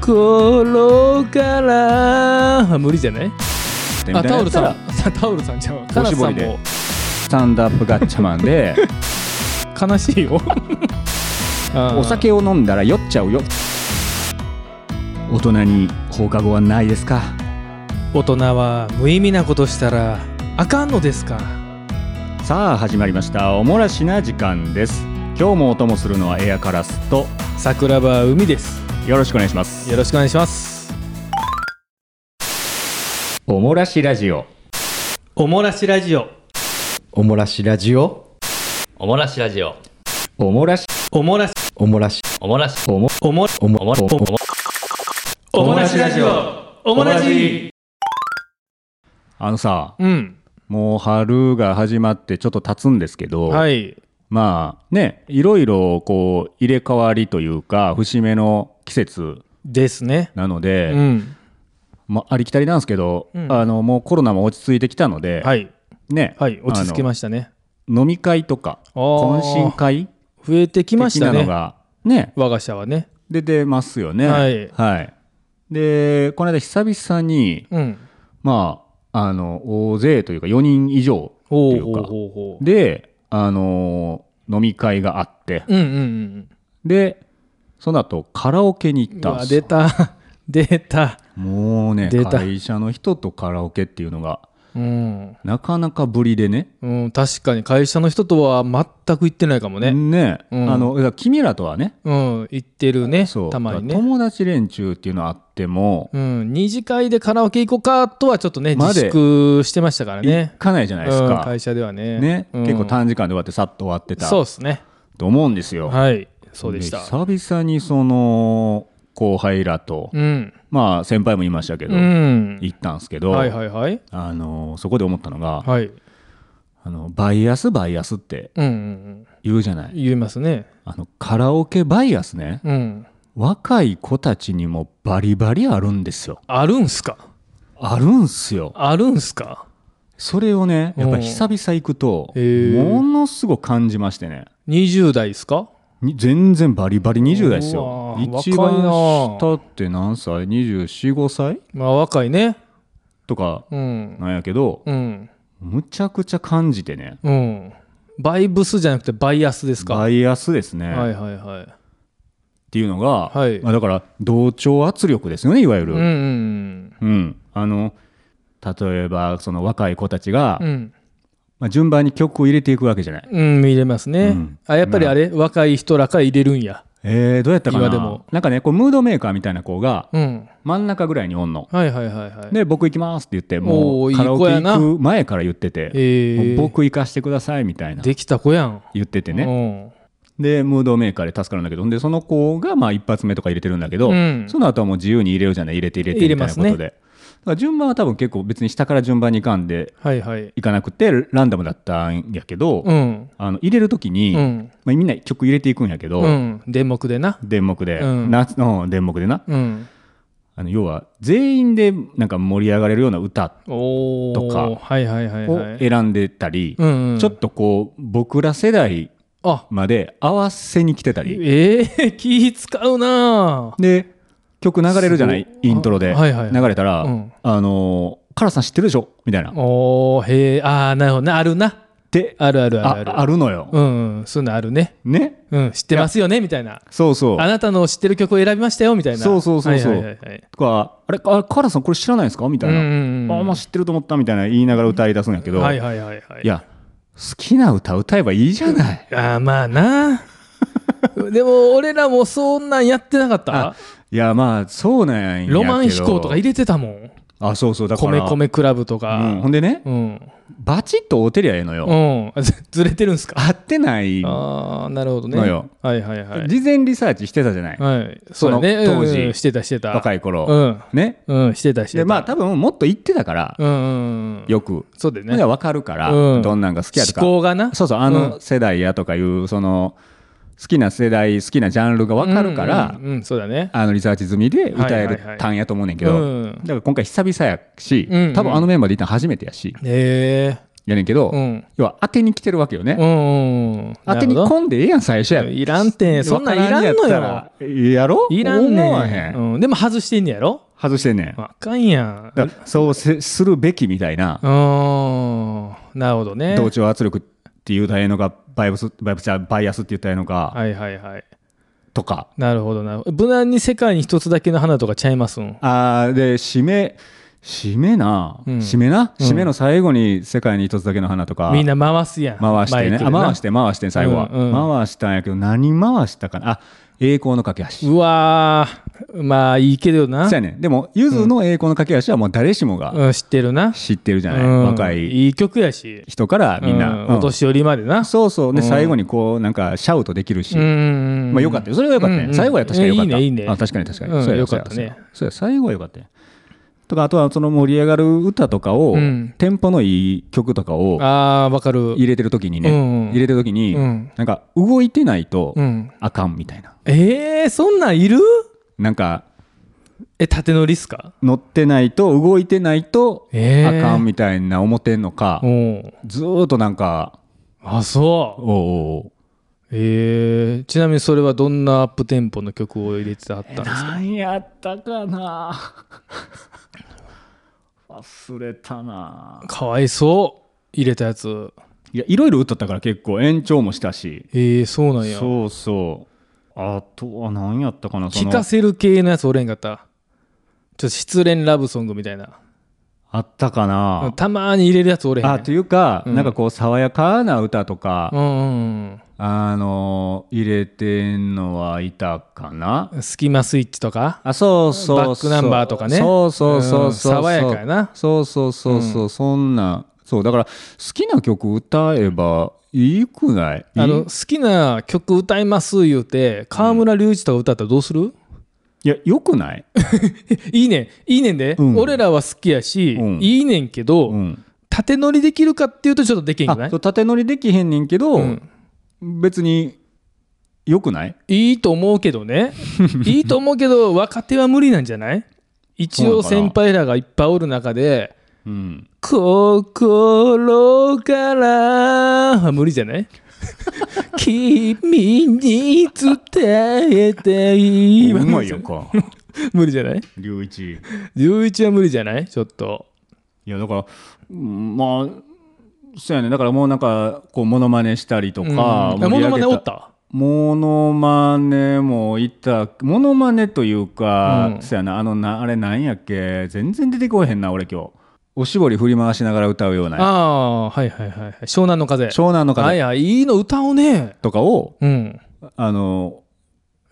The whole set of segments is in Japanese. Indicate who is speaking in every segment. Speaker 1: 心からあ無理じゃない
Speaker 2: みた
Speaker 1: あ
Speaker 2: いな
Speaker 1: タオルさ
Speaker 2: やっ
Speaker 1: ん さタオルさんじゃんカ
Speaker 2: お
Speaker 1: ナ
Speaker 2: しぼ
Speaker 1: さ
Speaker 2: り
Speaker 1: ん
Speaker 2: で
Speaker 1: も
Speaker 2: たらスタンドアップガッチャマン で
Speaker 1: 悲しい よあー
Speaker 2: お酒を飲んだら酔っちゃうよ大人に放課後はないですか
Speaker 1: 大人は無意味なことしたらあかんのですか
Speaker 2: さあ始まりましたおもらしな時間です今日もお供するのはエアカラスと
Speaker 1: 桜庭海です
Speaker 2: よろしくお願いします
Speaker 1: よろしくお願いします
Speaker 2: おもらしラジオ
Speaker 1: おもらしラジオ
Speaker 3: おもらしラジオ
Speaker 4: おもらしラジオ。
Speaker 2: おもらし
Speaker 1: おもらし
Speaker 3: おもらし
Speaker 4: おもらし、
Speaker 2: おも
Speaker 1: おも
Speaker 3: おも
Speaker 4: おもらし、おも
Speaker 1: お
Speaker 2: もらしラジ
Speaker 1: オお
Speaker 3: もらし
Speaker 2: あのさ
Speaker 1: うん
Speaker 2: もう春が始まってちょっと経つんですけど、
Speaker 1: はい
Speaker 2: まあねいろいろこう入れ替わりというか節目の季節
Speaker 1: ですね
Speaker 2: なので、
Speaker 1: うん
Speaker 2: まありきたりなんですけど、
Speaker 1: うん
Speaker 2: あのもうコロナも落ち着いてきたので、
Speaker 1: はい
Speaker 2: ね
Speaker 1: はい落ち着き
Speaker 2: し
Speaker 1: ましたね
Speaker 2: 飲み会とか
Speaker 1: あー
Speaker 2: 懇親会
Speaker 1: 増えてきまし
Speaker 2: 的
Speaker 1: た
Speaker 2: なの
Speaker 1: ね
Speaker 2: がね
Speaker 1: 我が社はね
Speaker 2: 出てますよね。
Speaker 1: はい
Speaker 2: でこの間久々に、
Speaker 1: うん
Speaker 2: まああの大勢というか4人以上
Speaker 1: ほ
Speaker 2: と
Speaker 1: う
Speaker 2: いう
Speaker 1: ほう
Speaker 2: か
Speaker 1: ほうほう
Speaker 2: であの飲み会があって、
Speaker 1: うんうんうん
Speaker 2: でその後カラオケに行っ
Speaker 1: う
Speaker 2: たん
Speaker 1: わ
Speaker 2: です
Speaker 1: 出
Speaker 2: よ
Speaker 1: た 出た
Speaker 2: もうね
Speaker 1: 出た
Speaker 2: 会社の人とカラオケっていうのが
Speaker 1: うん、
Speaker 2: なかなかぶりでね
Speaker 1: うん、確かに会社の人とは全く行ってないかもねうん
Speaker 2: あのだから君らとはね
Speaker 1: うん、行ってるね
Speaker 2: そう
Speaker 1: たまに
Speaker 2: だから
Speaker 1: ね
Speaker 2: 友達連中っていうのあっても、
Speaker 1: うん二次会でカラオケ行こうかとはちょっとね
Speaker 2: ま
Speaker 1: 自
Speaker 2: で
Speaker 1: 粛してましたからね
Speaker 2: 行かないじゃないです
Speaker 1: うん
Speaker 2: か、
Speaker 1: 会社ではね
Speaker 2: ね
Speaker 1: うん
Speaker 2: 結構短時間で終わってさっと終わってた
Speaker 1: そうですね
Speaker 2: と思うんですよ。
Speaker 1: はいそうでした
Speaker 2: 久々にその後輩らと、
Speaker 1: うん
Speaker 2: まあ先輩もいましたけど、
Speaker 1: うん
Speaker 2: 行ったんですけど、
Speaker 1: はいはいはい
Speaker 2: あのそこで思ったのが、
Speaker 1: はい
Speaker 2: あのバイアスバイアスって
Speaker 1: うんうん
Speaker 2: 言うじゃな
Speaker 1: うん
Speaker 2: い
Speaker 1: 言いますね
Speaker 2: あのカラオケバイアスね
Speaker 1: うん
Speaker 2: 若い子たちにもバリバリあるんですよ
Speaker 1: あるんすか
Speaker 2: あるんすよ
Speaker 1: あるんすか
Speaker 2: それをねやっぱ
Speaker 1: うん
Speaker 2: り久々行くと
Speaker 1: へー
Speaker 2: ものすごく感じましてね
Speaker 1: 20代ですか
Speaker 2: に全然バリバリ20代です
Speaker 1: う
Speaker 2: よ
Speaker 1: わー
Speaker 2: 一
Speaker 1: 若いな
Speaker 2: 番
Speaker 1: ー
Speaker 2: 下って何歳 ?245 歳
Speaker 1: まあ若いね
Speaker 2: とか
Speaker 1: うん
Speaker 2: なんやけど、
Speaker 1: うん
Speaker 2: むちゃくちゃ感じてね
Speaker 1: うんバイブスじゃなくてバイアスですか
Speaker 2: バイアスですね、
Speaker 1: はい
Speaker 2: っ
Speaker 1: はいはい
Speaker 2: ていうのが、
Speaker 1: はい
Speaker 2: まあ、だから同調圧力ですよねいわゆる、
Speaker 1: うんうん
Speaker 2: うんあの例えばその若い子たちが、
Speaker 1: うんうん
Speaker 2: まあ、順番に曲を入れていくわけじゃない。
Speaker 1: うん入れますね、
Speaker 2: うん
Speaker 1: あやっぱりあれ若い人らから入れるんや
Speaker 2: えー、どうやったかな
Speaker 1: 今でも
Speaker 2: なんかねこうムードメーカーみたいな子が
Speaker 1: うん
Speaker 2: 真ん中ぐらいにおんの。
Speaker 1: はいはいはいはい
Speaker 2: で僕行きますって言っても
Speaker 1: おー
Speaker 2: ういカラオケ
Speaker 1: いい子やな
Speaker 2: 行く前から言ってて、
Speaker 1: えー
Speaker 2: もう僕行かしてくださいみたいな
Speaker 1: できた子やん
Speaker 2: 言っててね、
Speaker 1: ね
Speaker 2: でムードメーカーで助かるんだけどでその子がまあ一発目とか入れてるんだけど、
Speaker 1: うん
Speaker 2: その後はもう自由に入れようじゃない入れて入れて
Speaker 1: 入れ
Speaker 2: みた
Speaker 1: ま
Speaker 2: いな
Speaker 1: す
Speaker 2: こと
Speaker 1: ね
Speaker 2: で、だから順番は多分結構別に下から順番にいかんで
Speaker 1: はいはい
Speaker 2: いかなくてランダムだったんやけど、
Speaker 1: うん
Speaker 2: あの入れる時に、
Speaker 1: うん
Speaker 2: まあ、みんな曲入れていくんやけど、
Speaker 1: うん電目でな
Speaker 2: 電目で、
Speaker 1: うん
Speaker 2: 夏の電目でな
Speaker 1: うん
Speaker 2: あの要は全員でなんか盛り上がれるような歌
Speaker 1: おお
Speaker 2: とか
Speaker 1: はいはいはいは
Speaker 2: を
Speaker 1: い
Speaker 2: 選んでたり、
Speaker 1: うんうん
Speaker 2: ちょっとこう僕ら世代
Speaker 1: あ
Speaker 2: まで合わせに来てたり
Speaker 1: ええー、 気使うなぁ
Speaker 2: で曲流れるじゃない
Speaker 1: すごい
Speaker 2: イントロで
Speaker 1: あはいはい
Speaker 2: 流れたら「
Speaker 1: うん
Speaker 2: あのーカラさん知ってるでしょ?」みたいな。
Speaker 1: おーへえああなるほどなあるな
Speaker 2: で
Speaker 1: あるあるあるある
Speaker 2: ああるのよ。
Speaker 1: うんうんそういうのあるね
Speaker 2: ね
Speaker 1: うん知ってますよねみたいな
Speaker 2: そうそう。
Speaker 1: あなたの知ってる曲を選びましたよみたいな
Speaker 2: そうそうそうそう
Speaker 1: はいはいはいはい
Speaker 2: とか「あれあカラさんこれ知らないですか?」みたいな
Speaker 1: うんうんうん
Speaker 2: あまあ知ってると思った」みたいな言いながら歌い出すんやけど、
Speaker 1: はい
Speaker 2: い
Speaker 1: はいはいはい
Speaker 2: や好きな歌歌えばいいじゃない。
Speaker 1: あーまあ なでも俺らもそんなんやってなかった
Speaker 2: あいやまあそうなんやけど
Speaker 1: ロマン飛行とか入れてたもん
Speaker 2: あそうそうだか
Speaker 1: 米
Speaker 2: ら
Speaker 1: 米クラブと
Speaker 2: うん、ほ
Speaker 1: か
Speaker 2: んでね、
Speaker 1: うん
Speaker 2: バチッとおてりゃええのよ、
Speaker 1: うんあずずれてるんすか
Speaker 2: 合ってない
Speaker 1: ああなるほどね
Speaker 2: のよ
Speaker 1: はいはいはい
Speaker 2: 事前リサーチしてたじゃない、
Speaker 1: はいそうだね
Speaker 2: その当時
Speaker 1: うんしてたしてた
Speaker 2: 若
Speaker 1: い
Speaker 2: い頃、
Speaker 1: うん
Speaker 2: ね
Speaker 1: うんしてたして
Speaker 2: で
Speaker 1: た
Speaker 2: まあ多分もっと言ってたから、
Speaker 1: うんうんうん
Speaker 2: よく、
Speaker 1: そうだよ
Speaker 2: ほんで
Speaker 1: ね
Speaker 2: 分かるから、
Speaker 1: うん
Speaker 2: どんなんが好きやと
Speaker 1: 思考
Speaker 2: か
Speaker 1: がな
Speaker 2: そうそうあの世代やとかいうその好きな世代好きなジャンルが分かるから、
Speaker 1: うんうんうんそうだね
Speaker 2: あのリサーチ済みで歌え
Speaker 1: はいはいは
Speaker 2: る
Speaker 1: い
Speaker 2: 単やと思うねんけど、
Speaker 1: うん
Speaker 2: だから今回久々やし、
Speaker 1: うんうん
Speaker 2: 多分あのメンバーでいったの初めてやし、
Speaker 1: へえ
Speaker 2: やねんけど、
Speaker 1: うん
Speaker 2: 要は当てに来てるわけよね。
Speaker 1: うんうん。
Speaker 2: 当てに
Speaker 1: なるほど
Speaker 2: 込んでええやん、最初や。
Speaker 1: いらんてそんなんいらんのやろ
Speaker 2: わからんやったらやろ
Speaker 1: いらん
Speaker 2: 思わへ
Speaker 1: ねん。
Speaker 2: ん。
Speaker 1: うん、でも外してんねやろ
Speaker 2: 外してんねん。
Speaker 1: あかんやん。
Speaker 2: だからそうせするべきみたいな
Speaker 1: う、ーん。なるほどね。
Speaker 2: 同調圧力って言うたらええのか、バイブス、バイブスじゃバイアスって言ったらええのか、
Speaker 1: はいはいはい。
Speaker 2: とか。
Speaker 1: なるほどなるほど。無難に世界に一つだけの花とかちゃいますん。
Speaker 2: あーで、締め、締めな、
Speaker 1: うん
Speaker 2: 締めな、
Speaker 1: うん
Speaker 2: 締めの最後に世界に一つだけの花とか、
Speaker 1: みんな回すやん。
Speaker 2: 回してね。
Speaker 1: マイクで
Speaker 2: あ
Speaker 1: な
Speaker 2: 回して、回して、最後は、
Speaker 1: うんうん
Speaker 2: 回したんやけど、何回したかな。あ、栄光の架け橋。
Speaker 1: うわー、まあいいけどな
Speaker 2: そう。やねん。でも、ゆずの栄光の架け橋はもう誰しもが
Speaker 1: うん、知ってるな。
Speaker 2: 知ってるじゃない。
Speaker 1: うん
Speaker 2: 若い
Speaker 1: いい曲やし。
Speaker 2: 人からみんな。
Speaker 1: う
Speaker 2: うん
Speaker 1: お年寄りまでな。
Speaker 2: そうそう。で、
Speaker 1: うん
Speaker 2: 最後にこう、なんか、シャウトできるし。
Speaker 1: ん
Speaker 2: まあよかったよ。それはよかったね。
Speaker 1: うんうん
Speaker 2: 最後は確かによかった。
Speaker 1: いいねいいね
Speaker 2: あ確かに確かに。
Speaker 1: うん
Speaker 2: そうや
Speaker 1: よかったね。
Speaker 2: そうやそうや、最後はよかったよとか、あとはその盛り上がる歌とかを、
Speaker 1: うん
Speaker 2: テンポのいい曲とかを
Speaker 1: ああ、わかる。
Speaker 2: 入れてるときにね、
Speaker 1: うんうん
Speaker 2: 入れてるときに、
Speaker 1: うん
Speaker 2: なんか動いてないと
Speaker 1: うん、
Speaker 2: あかんみたいな。
Speaker 1: えー、そんなんいる
Speaker 2: なんか、
Speaker 1: え、縦乗りっすか
Speaker 2: 乗ってないと、動いてないと、
Speaker 1: えー
Speaker 2: あかんみたいな思ってんのか、
Speaker 1: うん。
Speaker 2: ずーっとなんか、
Speaker 1: あ、そ
Speaker 2: お
Speaker 1: う。
Speaker 2: うおうおう
Speaker 1: えー、ちなみにそれはどんなアップテンポの曲を入れてあったんですか
Speaker 2: 何やったかな 忘れたな
Speaker 1: かわいそう。入れたやつ。
Speaker 2: いや、いろいろ打っとったから結構延長もしたし。
Speaker 1: えー、そうなんや。
Speaker 2: そうそう。あとは何やったかな、そ
Speaker 1: 聞
Speaker 2: の
Speaker 1: かせる系のやつおれんかった。ちょっと失恋ラブソングみたいな。
Speaker 2: あったかな。
Speaker 1: たまーに入れるやつおれへん。
Speaker 2: あというか、
Speaker 1: うん
Speaker 2: なんかこう、爽やかな歌とか、
Speaker 1: うんうん
Speaker 2: あの、入れてんのはいたかな
Speaker 1: う。ん。スキマスイッチとか
Speaker 2: あ、そうそうそう。
Speaker 1: バックナンバーとかね
Speaker 2: そうそうそうそう。
Speaker 1: うん爽やかやな
Speaker 2: そうそうそうそう、そんな。そう、だから、好きな曲歌えばいいくない
Speaker 1: あ
Speaker 2: い
Speaker 1: の
Speaker 2: い
Speaker 1: 好きな曲歌います言うて川村隆一とか歌ったらどうする、
Speaker 2: いや、よくない
Speaker 1: いいねんいいねんで、
Speaker 2: うん
Speaker 1: 俺らは好きやし、
Speaker 2: うん
Speaker 1: いいねんけど、
Speaker 2: うん。
Speaker 1: 縦乗りできるかっていうとちょっとできんくな
Speaker 2: あ
Speaker 1: い
Speaker 2: そう縦乗りできへんねんけど、
Speaker 1: うん
Speaker 2: 別によくない
Speaker 1: いいと思うけど ねいいと思うけど若手は無理なんじゃない一応
Speaker 2: そうなの
Speaker 1: 先輩らがいっぱいおる中で
Speaker 2: うん
Speaker 1: 「心から」は無理じゃ ない君に伝えたいは
Speaker 2: うまいやんか
Speaker 1: 無理じゃない
Speaker 2: 龍一
Speaker 1: 11は無理じゃないちょっと。
Speaker 2: いやだからうんまあそうやねだからもうなんかこうモノマネしたりとか、
Speaker 1: うん、モノマネおった
Speaker 2: モノマネもいたモノマネというか、
Speaker 1: うん
Speaker 2: そうやなあのなあれなんやっけ全然出てこへんな俺今日おしぼり振り回しながら歌うよう
Speaker 1: あ
Speaker 2: な
Speaker 1: あ、はいはいはいはい。湘南の風。
Speaker 2: 湘南の
Speaker 1: あい
Speaker 2: 風
Speaker 1: や、いいの歌おうね。
Speaker 2: とかを
Speaker 1: うん。
Speaker 2: あの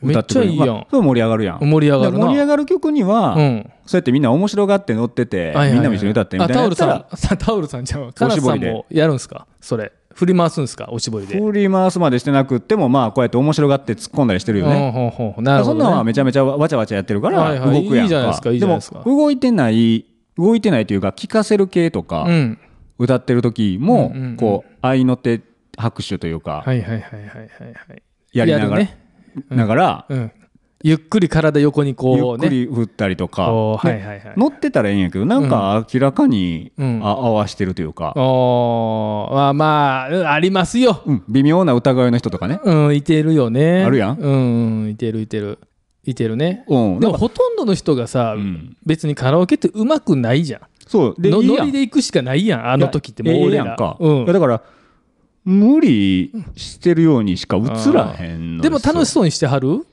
Speaker 1: め
Speaker 2: 歌
Speaker 1: っ
Speaker 2: っ
Speaker 1: ち
Speaker 2: てく
Speaker 1: ゃ
Speaker 2: れる
Speaker 1: いいや
Speaker 2: まあ
Speaker 1: ん。
Speaker 2: そう盛り上がるやん
Speaker 1: 盛り上がる
Speaker 2: で
Speaker 1: な。
Speaker 2: 盛り上がる曲には、
Speaker 1: うん。
Speaker 2: そうやってみんな面白がって乗ってて、
Speaker 1: はいはいはい
Speaker 2: みんなも一緒に歌ってみたいな
Speaker 1: あタ
Speaker 2: や
Speaker 1: オ
Speaker 2: っ
Speaker 1: ル
Speaker 2: た
Speaker 1: さ
Speaker 2: ら
Speaker 1: ん、 さタオルさんじゃん。カラスさ
Speaker 2: おしぼり
Speaker 1: ん
Speaker 2: で
Speaker 1: もやるんすかそれ。振り回すんすかおしぼりで。
Speaker 2: 振り回すまでしてなくってもまあこうやって面白がって突っ込んだりしてるよ
Speaker 1: うん
Speaker 2: ね。
Speaker 1: ほんほんほんなる
Speaker 2: そ
Speaker 1: ほ
Speaker 2: んなんは
Speaker 1: ど、ね。
Speaker 2: めちゃめちゃわちゃわちゃやってるから
Speaker 1: はいはい
Speaker 2: 動くやんか。
Speaker 1: いいじゃないですかいいじゃないですか
Speaker 2: でも動いてない動いてないというか聞かせる系とか、
Speaker 1: うん。
Speaker 2: 歌ってる時
Speaker 1: う
Speaker 2: も、
Speaker 1: んうんうん
Speaker 2: こう合いの手拍手というか、
Speaker 1: はいはいはいはいはいはい。
Speaker 2: やりながら、
Speaker 1: やるね。
Speaker 2: ながら、
Speaker 1: うん。ゆっくり体横に
Speaker 2: ゆ
Speaker 1: こ
Speaker 2: っ
Speaker 1: うね。
Speaker 2: くり振ったりとか、
Speaker 1: こう
Speaker 2: で
Speaker 1: はいはいはい。
Speaker 2: 乗ってたらええんやけどなんか明らかに、
Speaker 1: うん
Speaker 2: あ合わしてるというか、
Speaker 1: おーまあまあうん、ありますよ。
Speaker 2: うん微妙な歌声の人とかね。
Speaker 1: うん、いてるよね。
Speaker 2: あるやん
Speaker 1: うん、うんいてるいてる。いてるね。
Speaker 2: うん、
Speaker 1: でもほとんどの人がさ、
Speaker 2: うん
Speaker 1: 別にカラオケってうまくないじゃん。
Speaker 2: そうで
Speaker 1: の
Speaker 2: いいや
Speaker 1: ノ
Speaker 2: ん
Speaker 1: リで行くしかないやん、あの時ってもう
Speaker 2: いやええ
Speaker 1: 俺
Speaker 2: や
Speaker 1: ら。
Speaker 2: んか、
Speaker 1: う
Speaker 2: いやだから無理してるようにしか映らへん
Speaker 1: ん、
Speaker 2: の
Speaker 1: でも楽し
Speaker 2: そう
Speaker 1: そうにしてはる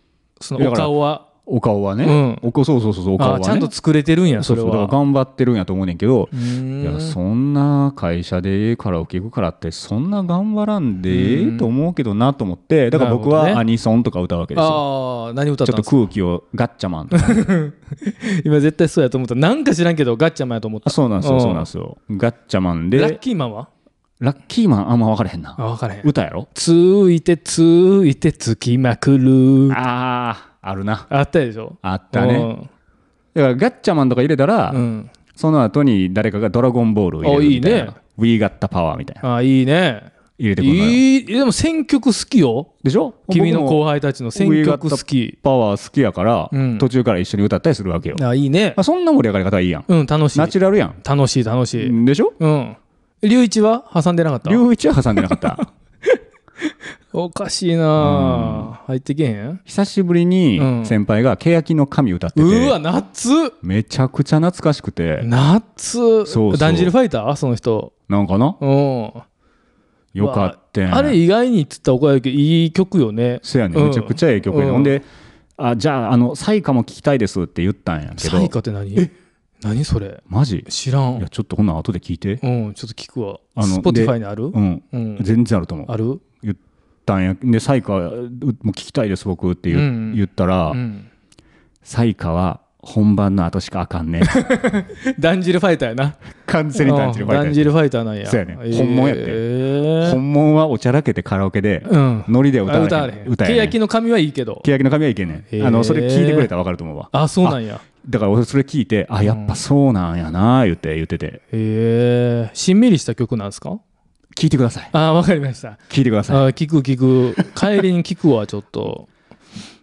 Speaker 1: そ
Speaker 2: いや
Speaker 1: のお
Speaker 2: だから
Speaker 1: 顔は。
Speaker 2: お顔はね、
Speaker 1: うん
Speaker 2: お顔そうそうそうそうお顔
Speaker 1: あ
Speaker 2: は
Speaker 1: あ
Speaker 2: ね
Speaker 1: ちゃんと作れてるんや、そう
Speaker 2: そ
Speaker 1: れ
Speaker 2: そうだから
Speaker 1: は。
Speaker 2: 頑張ってるんやと思うねんけど
Speaker 1: うーん
Speaker 2: いやそんな会社でカラオケ行くからってそんな頑張らんでええと思うけどなと思ってだから僕
Speaker 1: なるほど
Speaker 2: は
Speaker 1: ね
Speaker 2: アニソンとか歌うわけですよ、
Speaker 1: ああ、何歌っ
Speaker 2: ち
Speaker 1: た
Speaker 2: ょ
Speaker 1: んで
Speaker 2: っと
Speaker 1: すか
Speaker 2: 空気をガッチャマンとか
Speaker 1: 今絶対そうやと思った。なんか知らんけど、ガッチャマンやと思っ
Speaker 2: あ
Speaker 1: た。
Speaker 2: そうなんです
Speaker 1: う
Speaker 2: よ
Speaker 1: ん
Speaker 2: そうなんですよガッチャマンで
Speaker 1: ラ
Speaker 2: ラ
Speaker 1: ッ
Speaker 2: ッ
Speaker 1: キーマンは
Speaker 2: キーマンあんま分からへんな
Speaker 1: あ、分からへん。
Speaker 2: 歌やろ
Speaker 1: ついてついてつきまくる。
Speaker 2: あああるな
Speaker 1: あったでしょ
Speaker 2: あったねだからガッチャマンとか入れたら、
Speaker 1: うんうん。
Speaker 2: その後に誰かがドラゴンボールを入れるみたいな。
Speaker 1: あいいね
Speaker 2: We got the power みたいな。
Speaker 1: あいいね。
Speaker 2: 入れてくるのよ。
Speaker 1: いい、でも選曲好きよ。
Speaker 2: でしょ
Speaker 1: 君の後
Speaker 2: 輩。
Speaker 1: 輩たちの選曲好き。
Speaker 2: パワー好きやから、
Speaker 1: うん
Speaker 2: 途中から一緒に歌ったりするわけよ。
Speaker 1: あいいね
Speaker 2: あ。そんな盛り上がり方はいいやん。
Speaker 1: うん、楽しい
Speaker 2: ナ。チュラルやん。
Speaker 1: 楽しい、楽しい。
Speaker 2: でしょ
Speaker 1: うん。龍一は挟んでなかった
Speaker 2: 龍一は挟んでな かった。
Speaker 1: おかしいなあ入ってけへん
Speaker 2: 久しぶり
Speaker 1: う
Speaker 2: に
Speaker 1: ん
Speaker 2: 先輩が欅の神歌ってて、
Speaker 1: うわ夏
Speaker 2: めちゃくちゃ懐かしくて、
Speaker 1: 夏
Speaker 2: そう
Speaker 1: だんじりファイターその人
Speaker 2: なんかな、
Speaker 1: うん
Speaker 2: よかったん
Speaker 1: あれ意外にっつったら怒られるけどいい曲よね
Speaker 2: せやね、
Speaker 1: うん
Speaker 2: めちゃくちゃええ曲やね、
Speaker 1: うん
Speaker 2: ほんで、あじゃあ、あの、サイカも聞きたいですって言ったんやけ
Speaker 1: サイ
Speaker 2: ど、
Speaker 1: カって何何それ
Speaker 2: マジ
Speaker 1: 知ら
Speaker 2: い
Speaker 1: ん
Speaker 2: や、ちょっとほんなん後で聞いて。
Speaker 1: うんちょっと聞くわ
Speaker 2: あの
Speaker 1: スポティファイにある
Speaker 2: うん、
Speaker 1: うん
Speaker 2: 全然あると思う。
Speaker 1: ある
Speaker 2: 言ったんや、で、サイカ、うもう聞きたいです、僕って言,、う
Speaker 1: うん
Speaker 2: 言ったら、
Speaker 1: うん
Speaker 2: サイカは本番の後しかあかんね。
Speaker 1: だんじりファイターやな
Speaker 2: 完全に断じるファイタ
Speaker 1: だ
Speaker 2: ー
Speaker 1: ん
Speaker 2: で
Speaker 1: じ
Speaker 2: す
Speaker 1: りファイターなんや
Speaker 2: そうやね
Speaker 1: えー
Speaker 2: 本物やって本物はおちゃらけてカラオケで、
Speaker 1: うん
Speaker 2: ノリで歌
Speaker 1: あ歌わ
Speaker 2: われ
Speaker 1: れ
Speaker 2: へ
Speaker 1: へ
Speaker 2: ん
Speaker 1: ん
Speaker 2: 歌えへん
Speaker 1: 欅の髪はいいけど
Speaker 2: 欅の髪はいけんね
Speaker 1: へ
Speaker 2: ん。
Speaker 1: ー
Speaker 2: あの、それ聞いてくれたらわかると思うわ。
Speaker 1: あそうなんや
Speaker 2: だから俺それ聞いて、あ、やっぱそうなんやな、言って、言ってて。
Speaker 1: へえしんみりした曲なんですか
Speaker 2: 聞いてください。
Speaker 1: あわかりました
Speaker 2: 聞いてください。
Speaker 1: あ聞く聞く帰りに聞くわちょっと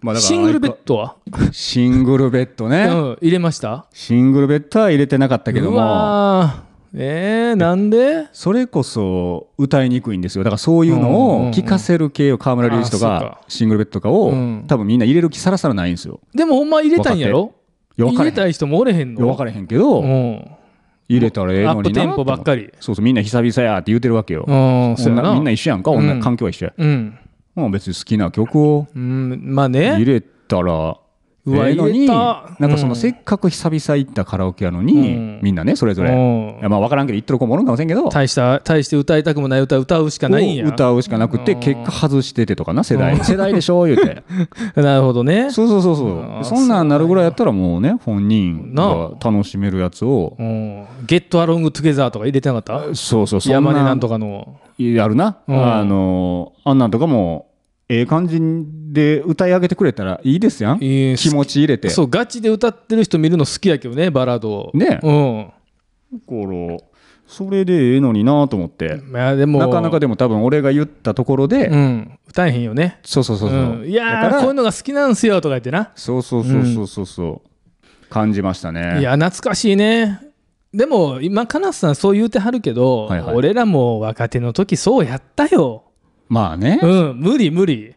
Speaker 2: まあだから
Speaker 1: シングルベッドは、
Speaker 2: シングルベッド
Speaker 1: う
Speaker 2: ね。
Speaker 1: ん、入れました
Speaker 2: シングルベッドは入れてなかったけど
Speaker 1: う
Speaker 2: も、
Speaker 1: わーえー、なんで
Speaker 2: それこそ歌いにくいんですよ。だからそういうのを聞かせる系を河村隆一と
Speaker 1: あそう
Speaker 2: か
Speaker 1: か、
Speaker 2: シングルベッドとか
Speaker 1: う
Speaker 2: を
Speaker 1: ん
Speaker 2: 多分みんな入れる気さらさらないんですよ。
Speaker 1: でもほんま入れたんやろ
Speaker 2: いや分か
Speaker 1: 入れ
Speaker 2: れへん。い
Speaker 1: たい人もおれへんの
Speaker 2: や分かれへんけど、
Speaker 1: うん
Speaker 2: 入れたらええのにな
Speaker 1: アップテンポばっかり
Speaker 2: そうそうみんな久々やって言うてるわけよ、
Speaker 1: うんそうや
Speaker 2: 女
Speaker 1: な
Speaker 2: みんな一緒やんか女、
Speaker 1: うん
Speaker 2: 環境は一緒や、
Speaker 1: うん、
Speaker 2: まあ、別に好きな曲を
Speaker 1: うん、まあね
Speaker 2: 入れたらえ
Speaker 1: うわ
Speaker 2: えの
Speaker 1: 入
Speaker 2: に
Speaker 1: れ
Speaker 2: な
Speaker 1: た
Speaker 2: んかその
Speaker 1: うん
Speaker 2: せっかく久々行ったカラオケやのに、
Speaker 1: うん
Speaker 2: みんなねそれぞれ、
Speaker 1: うん
Speaker 2: いやまあ分からんけど言ってる子もおるんかもしれんけど
Speaker 1: 大した大して歌いたくもない歌歌うしかないんや
Speaker 2: を歌うしかなくて結果外しててとかな世代
Speaker 1: うん
Speaker 2: 世代でしょ言 うて
Speaker 1: なるほどね
Speaker 2: そうそうそうそ
Speaker 1: あ
Speaker 2: う
Speaker 1: ー
Speaker 2: そんなんなるぐらいやったらもうね本人が楽しめるやつを
Speaker 1: うんゲットアロングトゥゲザーとか入れてなかった
Speaker 2: そうそうそん
Speaker 1: 山根なん
Speaker 2: な
Speaker 1: とかの
Speaker 2: やるな、
Speaker 1: うん
Speaker 2: あのあんなんとかもええ感じで歌い上げてくれたらいいですやん
Speaker 1: いい
Speaker 2: 気持ち入れて
Speaker 1: そうガチで歌ってる人見るの好きやけどねバラードを
Speaker 2: ね
Speaker 1: うん
Speaker 2: 心それでええのになと思って
Speaker 1: いやでも
Speaker 2: なかなかでも多分俺が言ったところで、
Speaker 1: うん歌えへんよね
Speaker 2: そうそうそうそう、
Speaker 1: うんいや
Speaker 2: だか
Speaker 1: ー
Speaker 2: ら
Speaker 1: こういうのが好きなんすよとか言ってな
Speaker 2: そうそうそうそうそうそう感じましたね
Speaker 1: いや懐かしいねでも今カナスさんそう言うてはるけど、
Speaker 2: はいはい
Speaker 1: 俺らも若手の時そうやったよ
Speaker 2: まあね、
Speaker 1: うん無理無理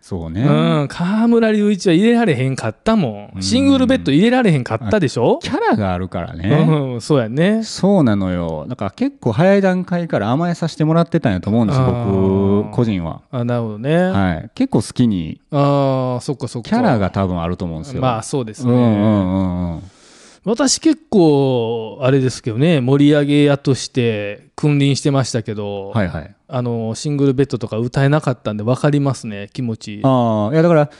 Speaker 2: そう
Speaker 1: う
Speaker 2: ね、
Speaker 1: ん河村隆一は入れられへんかったも
Speaker 2: うん
Speaker 1: んシングルベッド入れられへんかったでしょ
Speaker 2: キャラがあるから
Speaker 1: う
Speaker 2: ね、
Speaker 1: ん、そうやね
Speaker 2: そうなのよだから結構早い段階から甘えさせてもらってたんやと思うんですよ
Speaker 1: あー
Speaker 2: 僕個人は、
Speaker 1: あなるほどね、
Speaker 2: はい、結構好きに
Speaker 1: ああそっかそっか
Speaker 2: キャラが多分あると思うんですよ。
Speaker 1: まあそうですね、
Speaker 2: うんうんうんうん。
Speaker 1: 私結構あれですけどね盛り上げ屋として君臨してましたけど、
Speaker 2: はいはい。
Speaker 1: あのシングルベッドとか歌えなかったんで分かりますね気持ち
Speaker 2: ああ、いやだから、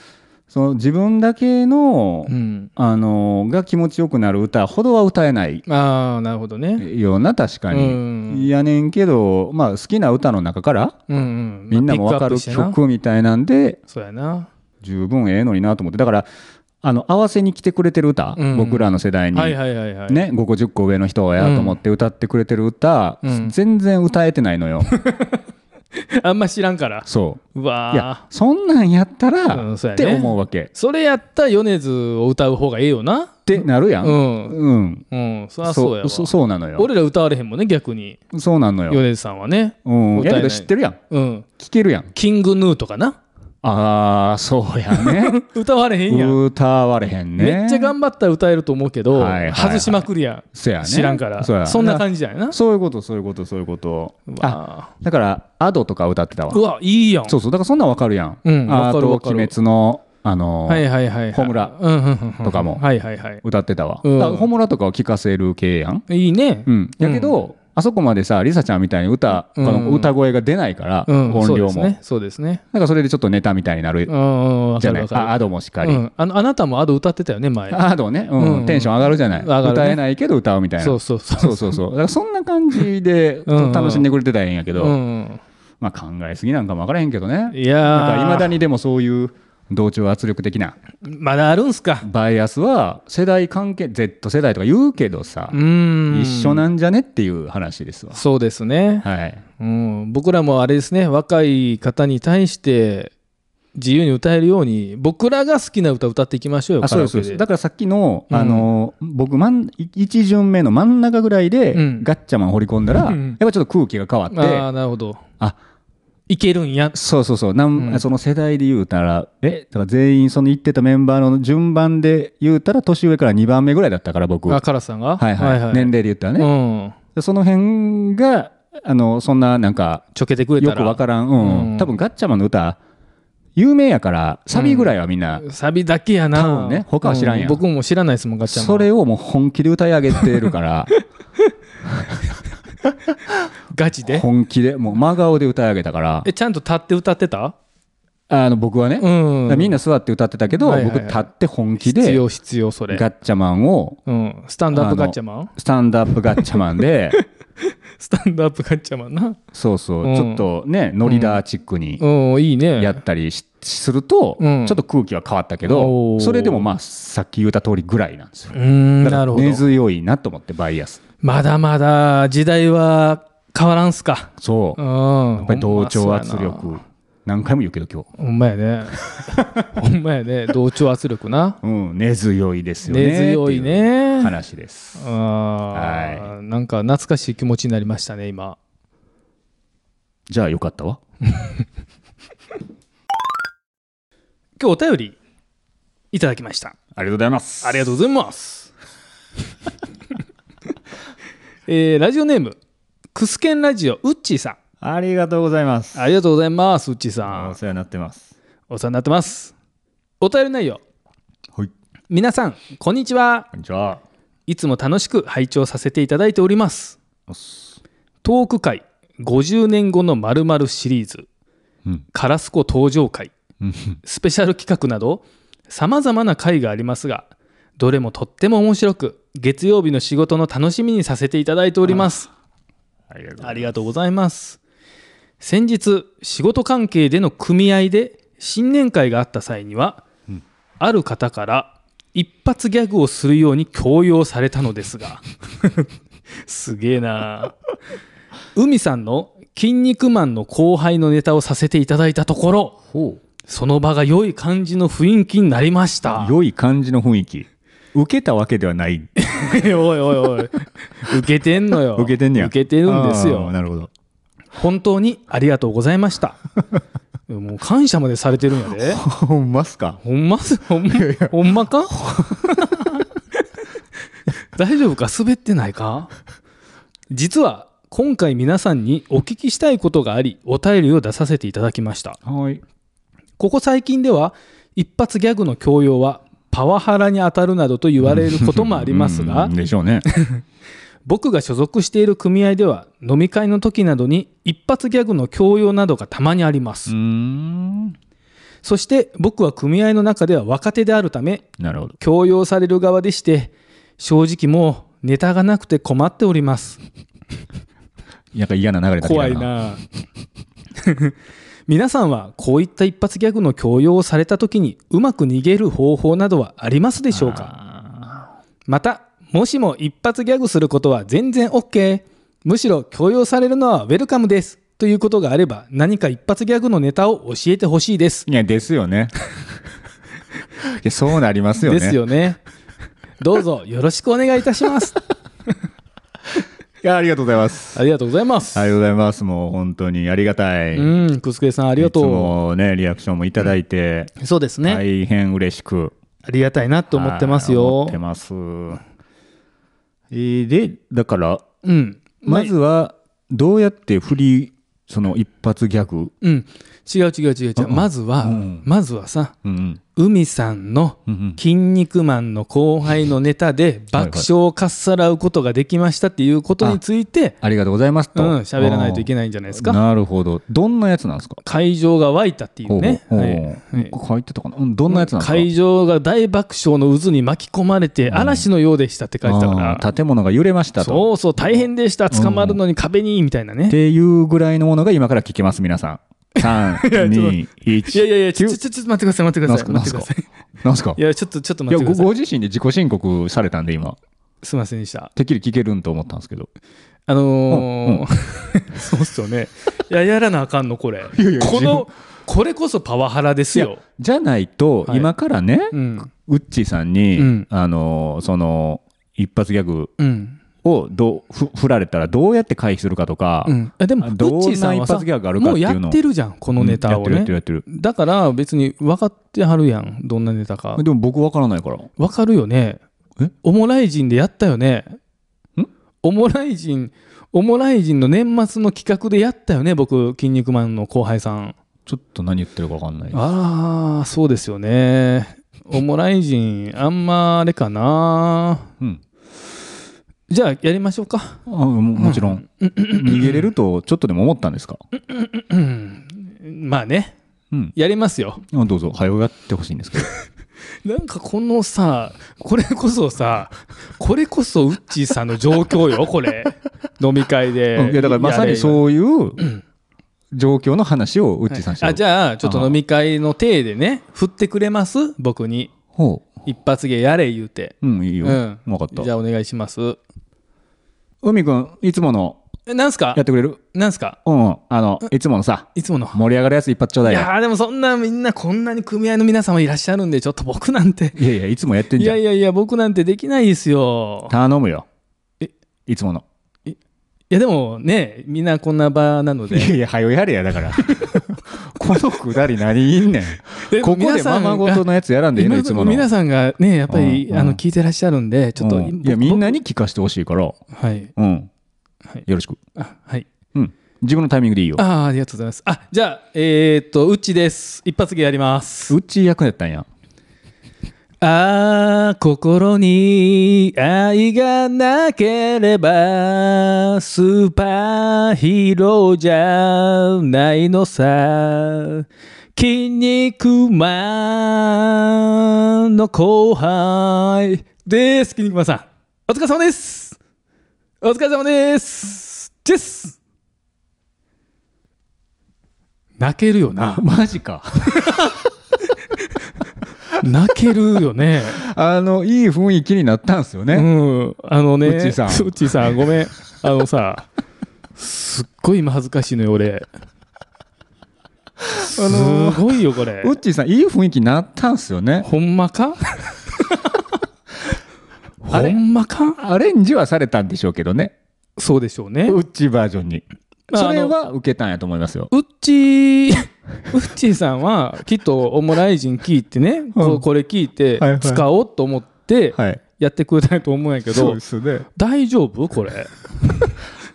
Speaker 2: その自分だけの、
Speaker 1: うん、
Speaker 2: あのーが気持ちよくなる歌ほどは歌えない
Speaker 1: ああなるほどね
Speaker 2: ような、確か
Speaker 1: う
Speaker 2: に。
Speaker 1: ん
Speaker 2: いやねんけど、まあ好きな歌の中から、
Speaker 1: うんうん
Speaker 2: みんなも
Speaker 1: ま
Speaker 2: わ
Speaker 1: あピックア
Speaker 2: か
Speaker 1: ップ
Speaker 2: る
Speaker 1: してな
Speaker 2: 曲みたいなんで、
Speaker 1: そうやな
Speaker 2: 十分ええのになと思って。だから、あの、合わせに来てくれてる歌、
Speaker 1: うん
Speaker 2: 僕らの世代に。
Speaker 1: はいはいはいはい、
Speaker 2: ね、5個10個上の人やと思って歌ってくれてる歌、
Speaker 1: うん
Speaker 2: 全然歌えてない のよ
Speaker 1: あんま知らんから
Speaker 2: そうういや
Speaker 1: わー
Speaker 2: そんなんやったら、
Speaker 1: うんそう
Speaker 2: っ
Speaker 1: や
Speaker 2: て
Speaker 1: ね
Speaker 2: 思うわけ
Speaker 1: それやったら米津を歌う方がええよな
Speaker 2: ってなるやん。
Speaker 1: う
Speaker 2: うん。
Speaker 1: んうん、そりゃそうやわ
Speaker 2: そそうなのよ。
Speaker 1: 俺ら歌われへんもんね逆に
Speaker 2: そうなのよ。
Speaker 1: 米津さんはね
Speaker 2: うん。
Speaker 1: 歌え
Speaker 2: や
Speaker 1: ない
Speaker 2: けど知ってるやん。
Speaker 1: うん
Speaker 2: 聞け るやん。
Speaker 1: キングヌーとかな
Speaker 2: ああ、そうや ね。
Speaker 1: 歌われへんやん、
Speaker 2: 歌われへんね。
Speaker 1: めっちゃ頑張ったら歌えると思うけど、
Speaker 2: はいはいはい
Speaker 1: 外しまくるやん
Speaker 2: せやね。
Speaker 1: 知らんから
Speaker 2: そうや
Speaker 1: そんな感じだよな
Speaker 2: そういうこと、そういうこと、そういうこと。あ、
Speaker 1: あ
Speaker 2: だから、アドとか歌ってたわ
Speaker 1: う。わいいやん
Speaker 2: そうそう。だからそんなんわかるやん。
Speaker 1: うん
Speaker 2: あ
Speaker 1: わかる
Speaker 2: と、
Speaker 1: わか
Speaker 2: 鬼
Speaker 1: る
Speaker 2: 滅の、あのー、
Speaker 1: はいはいはいはい
Speaker 2: ホムラ
Speaker 1: うんうんうんうん
Speaker 2: とかも
Speaker 1: はいはいはい
Speaker 2: 歌ってたわ。
Speaker 1: うん
Speaker 2: だからホモラとかを聞かせる系やん。
Speaker 1: いいね
Speaker 2: うん。やけど、あそこまでさ、リサちゃんみたいに歌、この
Speaker 1: うん
Speaker 2: 歌声が出ないから、
Speaker 1: うん
Speaker 2: 音量
Speaker 1: そうで
Speaker 2: も。
Speaker 1: す
Speaker 2: だ
Speaker 1: ねそうですね
Speaker 2: からそれでちょっとネタみたいになる
Speaker 1: うんうんわ
Speaker 2: じ
Speaker 1: か
Speaker 2: ゃな
Speaker 1: るわ
Speaker 2: い
Speaker 1: か
Speaker 2: あ
Speaker 1: る
Speaker 2: アドもしっかり、
Speaker 1: うん、あのあなたもアド歌ってたよね前
Speaker 2: アドね、うん
Speaker 1: うん
Speaker 2: テンション上がるじゃない、
Speaker 1: 上がるね
Speaker 2: 歌えないけど歌うみたいな
Speaker 1: そうそうそう
Speaker 2: そうそうそうだからそんな感じで
Speaker 1: うんうん
Speaker 2: 楽しんでくれてたらええんやけど、
Speaker 1: うん
Speaker 2: まあ、考えすぎなんかも分からへんけどね
Speaker 1: いやー
Speaker 2: なんかいまだにでもそういう同調圧力的な
Speaker 1: まだあるんすか
Speaker 2: バイアスは世代関係 Z 世代とか言うけどさ
Speaker 1: う、ん
Speaker 2: 一緒なんじゃねっていう話ですわ
Speaker 1: そうですね
Speaker 2: はい
Speaker 1: うん、僕らもあれですね若い方に対して自由に歌えるように僕らが好きな歌歌っていきましょうよカ
Speaker 2: あそう
Speaker 1: ラ
Speaker 2: で
Speaker 1: オ
Speaker 2: すそ
Speaker 1: ケ
Speaker 2: うで
Speaker 1: です
Speaker 2: だからさっきの、
Speaker 1: うん
Speaker 2: あの僕真ん一巡目の真ん中ぐらいで、
Speaker 1: うん
Speaker 2: ガッチャマン掘り込んだら、
Speaker 1: うん
Speaker 2: やっぱちょっと空気が変わって、
Speaker 1: ああなるほど
Speaker 2: あ
Speaker 1: いけるんや
Speaker 2: そうそうそうなん、
Speaker 1: うん
Speaker 2: その世代で言うたらえだから全員その言ってたメンバーの順番で言うたら年上から2番目ぐらいだったから僕
Speaker 1: あカラさんが
Speaker 2: はいはい年齢で言ったらね、
Speaker 1: うん
Speaker 2: でその辺があのそんななんか
Speaker 1: ちょけてくれた
Speaker 2: よ
Speaker 1: ら
Speaker 2: くわからん、うん
Speaker 1: うん
Speaker 2: 多分ガッチャマンの歌有名やからサビぐらいはみんな、
Speaker 1: サビだけやな
Speaker 2: 多分ね他は知らんやん
Speaker 1: う僕も知らないですもんガッチャマン
Speaker 2: それをもう本気で歌い上げてるから
Speaker 1: ガチで
Speaker 2: 本気でもう真顔で歌い上げたから
Speaker 1: えちゃんと立って歌ってた
Speaker 2: あの僕はね、だ
Speaker 1: う
Speaker 2: から
Speaker 1: ん
Speaker 2: みんな座って歌ってたけど、
Speaker 1: はいはいはい
Speaker 2: 僕立って本気
Speaker 1: 必
Speaker 2: で
Speaker 1: 要必要それ
Speaker 2: ガッチャマンを
Speaker 1: うんスタンドアップガッチャマン
Speaker 2: スタンドアップガッチャマ ンで
Speaker 1: スタンドアップガッチャマンな
Speaker 2: そうそう、
Speaker 1: うん
Speaker 2: ちょっとねノリダーチックに
Speaker 1: うんいいね
Speaker 2: やったりしすると、
Speaker 1: うん
Speaker 2: ちょっと空気は変わったけど、
Speaker 1: おー
Speaker 2: それでもまあさっき言った通りぐらいなんですよ
Speaker 1: うー。ん
Speaker 2: だから
Speaker 1: なるほど
Speaker 2: 根強いなと思ってバイアス。
Speaker 1: まだまだ時代は変わらんすか
Speaker 2: そう、
Speaker 1: うん
Speaker 2: やっぱり同調圧
Speaker 1: ほんまそうや
Speaker 2: 力何回も言うけど今日。
Speaker 1: なほんまや ねほんまやね同調圧力な
Speaker 2: うん、根強いですよね。
Speaker 1: 根強い。ね
Speaker 2: 話です。
Speaker 1: あーなんか懐かしい気持ちになりましたね今
Speaker 2: じゃあよかったわ。
Speaker 1: 今日お便りいただきました
Speaker 2: ありがとうございます。
Speaker 1: ありがとうございます。 えーラジオネーム、クスケンラジオ、ウッチーさん。
Speaker 2: ありがとうございます。
Speaker 1: ありがとうございます、ウッチーさ
Speaker 2: お
Speaker 1: ん。
Speaker 2: 世話になってます。
Speaker 1: お世話になってます。お便り内容、
Speaker 2: はい。
Speaker 1: 皆さん、こんにちは。
Speaker 2: こんにちは。
Speaker 1: いつも楽しく拝聴させていただいております。
Speaker 2: おっす
Speaker 1: トーク会、50年後の〇〇シリーズ、
Speaker 2: うん。
Speaker 1: カラスコ登場会、スペシャル企画など、さまざまな回がありますが、どれもとっても面白く、月曜日の仕事の楽しみにさせていただいております。
Speaker 2: ありがとうござ
Speaker 1: あ
Speaker 2: い
Speaker 1: りがとうございます。先日、仕事関係での組合で新年会があった際には、ある方から一発ギャグをするように強要されたのです が、すげえなあ海さんの筋肉マンの後輩のネタをさせていただいたところ、
Speaker 2: ほ
Speaker 1: その場が良い感じの雰囲気になりました。
Speaker 2: 良い感じの雰囲気。受けたわけではない。
Speaker 1: おい おいおい。受けてんのよ。
Speaker 2: 受けてんねや。
Speaker 1: 受けてるんですよ
Speaker 2: あー。なるほど。
Speaker 1: 本当にありがとうございました。もう感謝までされてるんやで。
Speaker 2: ほんますか。
Speaker 1: ほんまっす、ほんま、ほんまか大丈夫か滑ってないか実は、今回皆さんにお聞きしたいことがあり、お便りを出させていただきました。
Speaker 2: はい。
Speaker 1: ここ最近では、一発ギャグの強要は、パワハラに当たるなどと言われることもありますが、
Speaker 2: でしょう ね。
Speaker 1: 僕が所属している組合では飲み会の時などに一発ギャグの強要などがたまにあります、
Speaker 2: ん。
Speaker 1: そして僕は組合の中では若手であるため
Speaker 2: なるほど。
Speaker 1: 強要される側でして正直もうネタがなくて困っております
Speaker 2: なんか嫌な流れだ
Speaker 1: 怖い。な 皆さんはこういった一発ギャグの強要をされた時にうまく逃げる方法などはありますでしょうかまたもしも一発ギャグすることは全然 OK むしろ強要されるのはウェルカムですということがあれば何か一発ギャグのネタを教えてほしいです、
Speaker 2: いや、です よね。いや、そうなりますよね。
Speaker 1: ですよねどうぞよろしくお願いいたし ます
Speaker 2: いや、ありがとうございます。
Speaker 1: ありがとうございます
Speaker 2: ありがとうございます。もう本当にありがたい。あ
Speaker 1: うんくすけさんありが
Speaker 2: いつ
Speaker 1: と
Speaker 2: もね、リアクションもいただいて、
Speaker 1: うそうですね、
Speaker 2: 大変嬉しく。
Speaker 1: ありがたいなと思ってます
Speaker 2: はい
Speaker 1: よ
Speaker 2: 思ってます。えーで、だから、
Speaker 1: うん
Speaker 2: まずは、どうやって振り、その一発ギャグ。
Speaker 1: うん違う違う違う違うまずは、
Speaker 2: うん
Speaker 1: まずはさ
Speaker 2: うん
Speaker 1: 海さんの
Speaker 2: うんうん
Speaker 1: 「筋肉マン」の後輩のネタで爆笑をかっさらうことができましたっていうことについて
Speaker 2: ありがとうございます
Speaker 1: う
Speaker 2: と。
Speaker 1: ん喋らないといけ
Speaker 2: ない
Speaker 1: ないんじゃないですか
Speaker 2: なるほど。どんなやつなんですか
Speaker 1: 会場が沸いたっていうね
Speaker 2: ほうほう
Speaker 1: はいはい
Speaker 2: ほう書いてたかな、うん、どんなやつなんですか
Speaker 1: 会場が大爆笑の渦に巻き込まれて嵐のようでしたって書いてたか
Speaker 2: あー建物が揺れました
Speaker 1: ら
Speaker 2: と。
Speaker 1: そうそう大変でした捕まるのに壁にみたいな
Speaker 2: っ
Speaker 1: ね
Speaker 2: ていうぐらいのものが今から聞けます、皆さん。3、2、
Speaker 1: いや
Speaker 2: 1。
Speaker 1: いやいやちょちょちょちょっと待ってください待ってください
Speaker 2: なん
Speaker 1: 待っ
Speaker 2: す
Speaker 1: て
Speaker 2: か
Speaker 1: ください
Speaker 2: なんすか
Speaker 1: いやちょっとちょっと
Speaker 2: い
Speaker 1: 待っ
Speaker 2: や
Speaker 1: てく
Speaker 2: ご、
Speaker 1: ださい
Speaker 2: ご自身で自己申告されたんで、今。
Speaker 1: すいませんでした
Speaker 2: てっきり聞けるんと思ったんですけど。
Speaker 1: あ のーそうっすよね。いや、やらなあかんの、これ。
Speaker 2: いやいや
Speaker 1: こ
Speaker 2: 自
Speaker 1: の、これこそパワハラですよ。
Speaker 2: じゃないと、
Speaker 1: はい
Speaker 2: 今からね、
Speaker 1: うん。
Speaker 2: ウッチーさんに、
Speaker 1: うん
Speaker 2: あのその一発ギャグ
Speaker 1: うん。
Speaker 2: をどうふ振られたらどうやって回避するかとか、
Speaker 1: うん、あでも、
Speaker 2: あ
Speaker 1: ウ
Speaker 2: どんな
Speaker 1: ッチーさんは
Speaker 2: 一
Speaker 1: さ、
Speaker 2: 発ギャグあるか
Speaker 1: も
Speaker 2: って
Speaker 1: う
Speaker 2: い
Speaker 1: や
Speaker 2: うの
Speaker 1: ってるじゃん、こ
Speaker 2: こ
Speaker 1: のネタを
Speaker 2: や
Speaker 1: ね
Speaker 2: って。るやってるやって
Speaker 1: だから別に分かってはるやん、どんなネタか
Speaker 2: る。でも僕わからないから
Speaker 1: 分かるよね
Speaker 2: え。
Speaker 1: オモライジンでやったよね。
Speaker 2: ん
Speaker 1: オモライジン、オモライジンの年末の企画でやったよね、僕、筋肉マンの後輩さん。
Speaker 2: ちょっと何言ってるかわかんない
Speaker 1: ああ、そうですよね。オモライジン、あんまあれかな。
Speaker 2: うん
Speaker 1: じゃあ、やりましょうか。
Speaker 2: あももちろん逃げれるとちょっとでも思ったんですか
Speaker 1: まあね、
Speaker 2: うん
Speaker 1: やりますよ。
Speaker 2: あどうぞ早うやってほしいんです けど
Speaker 1: なんかこのさ、これこそさ、これこそウッチーさんの状況よ、これ。飲み会で。
Speaker 2: うんいやだからまさに
Speaker 1: う。
Speaker 2: そういう状況の話をウッチーさんして
Speaker 1: あじゃあ、ちょっと飲み会の体でね、振ってくれます僕に。
Speaker 2: ほ
Speaker 1: 一発芸やれ言うて。
Speaker 2: ううんいいよ、
Speaker 1: う
Speaker 2: うん分かった
Speaker 1: じゃあ、お願いします。
Speaker 2: 海くんいつもの
Speaker 1: え、なんすか
Speaker 2: やってくれる
Speaker 1: なんすか
Speaker 2: うんうんあのいつものさ
Speaker 1: いつもの。
Speaker 2: 盛り上がるやつ一発ちょうだ
Speaker 1: い
Speaker 2: いよ
Speaker 1: やーでもそんなみんなこんなに組合の皆様いらっしゃるんでちょっと僕なんて
Speaker 2: いやいやいつもやってん
Speaker 1: い
Speaker 2: じゃ
Speaker 1: や
Speaker 2: ん
Speaker 1: いやいや僕なんてできないですよ
Speaker 2: 頼むよ
Speaker 1: え
Speaker 2: いつもの
Speaker 1: いやでもねみんなこんな場なの
Speaker 2: いや
Speaker 1: で
Speaker 2: いや、はよやれや、だから。このくだり何いんねん。
Speaker 1: で
Speaker 2: ここ
Speaker 1: 皆
Speaker 2: で
Speaker 1: さ
Speaker 2: ま
Speaker 1: ん
Speaker 2: まごとのやつやらんでいいの、いつも
Speaker 1: 今
Speaker 2: の。
Speaker 1: 皆さんがねやっぱり、
Speaker 2: うん
Speaker 1: あの聞いてらっしゃるんでちょっと、
Speaker 2: うん
Speaker 1: 僕
Speaker 2: いや、みんなに聞かせてほしいから。
Speaker 1: 僕はい
Speaker 2: うん
Speaker 1: はい。
Speaker 2: よろしく。
Speaker 1: あはい
Speaker 2: うん。自分のタイミングでいいよ。
Speaker 1: あーありがとうございますあじゃあえー、っとうっちです一発芸やります
Speaker 2: うち役やったんや。
Speaker 1: ああ、心に愛がなければ、スーパーヒーローじゃないのさ。筋肉マンの後輩です。筋肉マンさん。お疲れ様です。お疲れ様です。チェス泣けるよな。
Speaker 2: マジか。
Speaker 1: 泣けるよね。
Speaker 2: あの、いい雰囲気になったんすよね。
Speaker 1: うん、あのね、
Speaker 2: うっちーさん
Speaker 1: うっちーさん、ごめん。あのさ、すっごい今恥ずかしいのよ、俺。す
Speaker 2: のー
Speaker 1: ごいよ、これ
Speaker 2: う。っちーさん、いい雰囲気になったんすよね。
Speaker 1: ほんまか
Speaker 2: あ
Speaker 1: ほ
Speaker 2: れ
Speaker 1: んまか
Speaker 2: アレンジはされたんでしょうけどね。
Speaker 1: そうでしょうね。
Speaker 2: うっちーバージョンに。
Speaker 1: まあ
Speaker 2: それは受けたんやと思いますよ。
Speaker 1: うっちー、うっちーさんは、きっとオムライジン聞いてね、ここれ聞いて
Speaker 2: はいはい、
Speaker 1: 使おうと思って、
Speaker 2: はい。
Speaker 1: やってくれたんやと思うんやけど、
Speaker 2: すね。
Speaker 1: 大丈夫これ。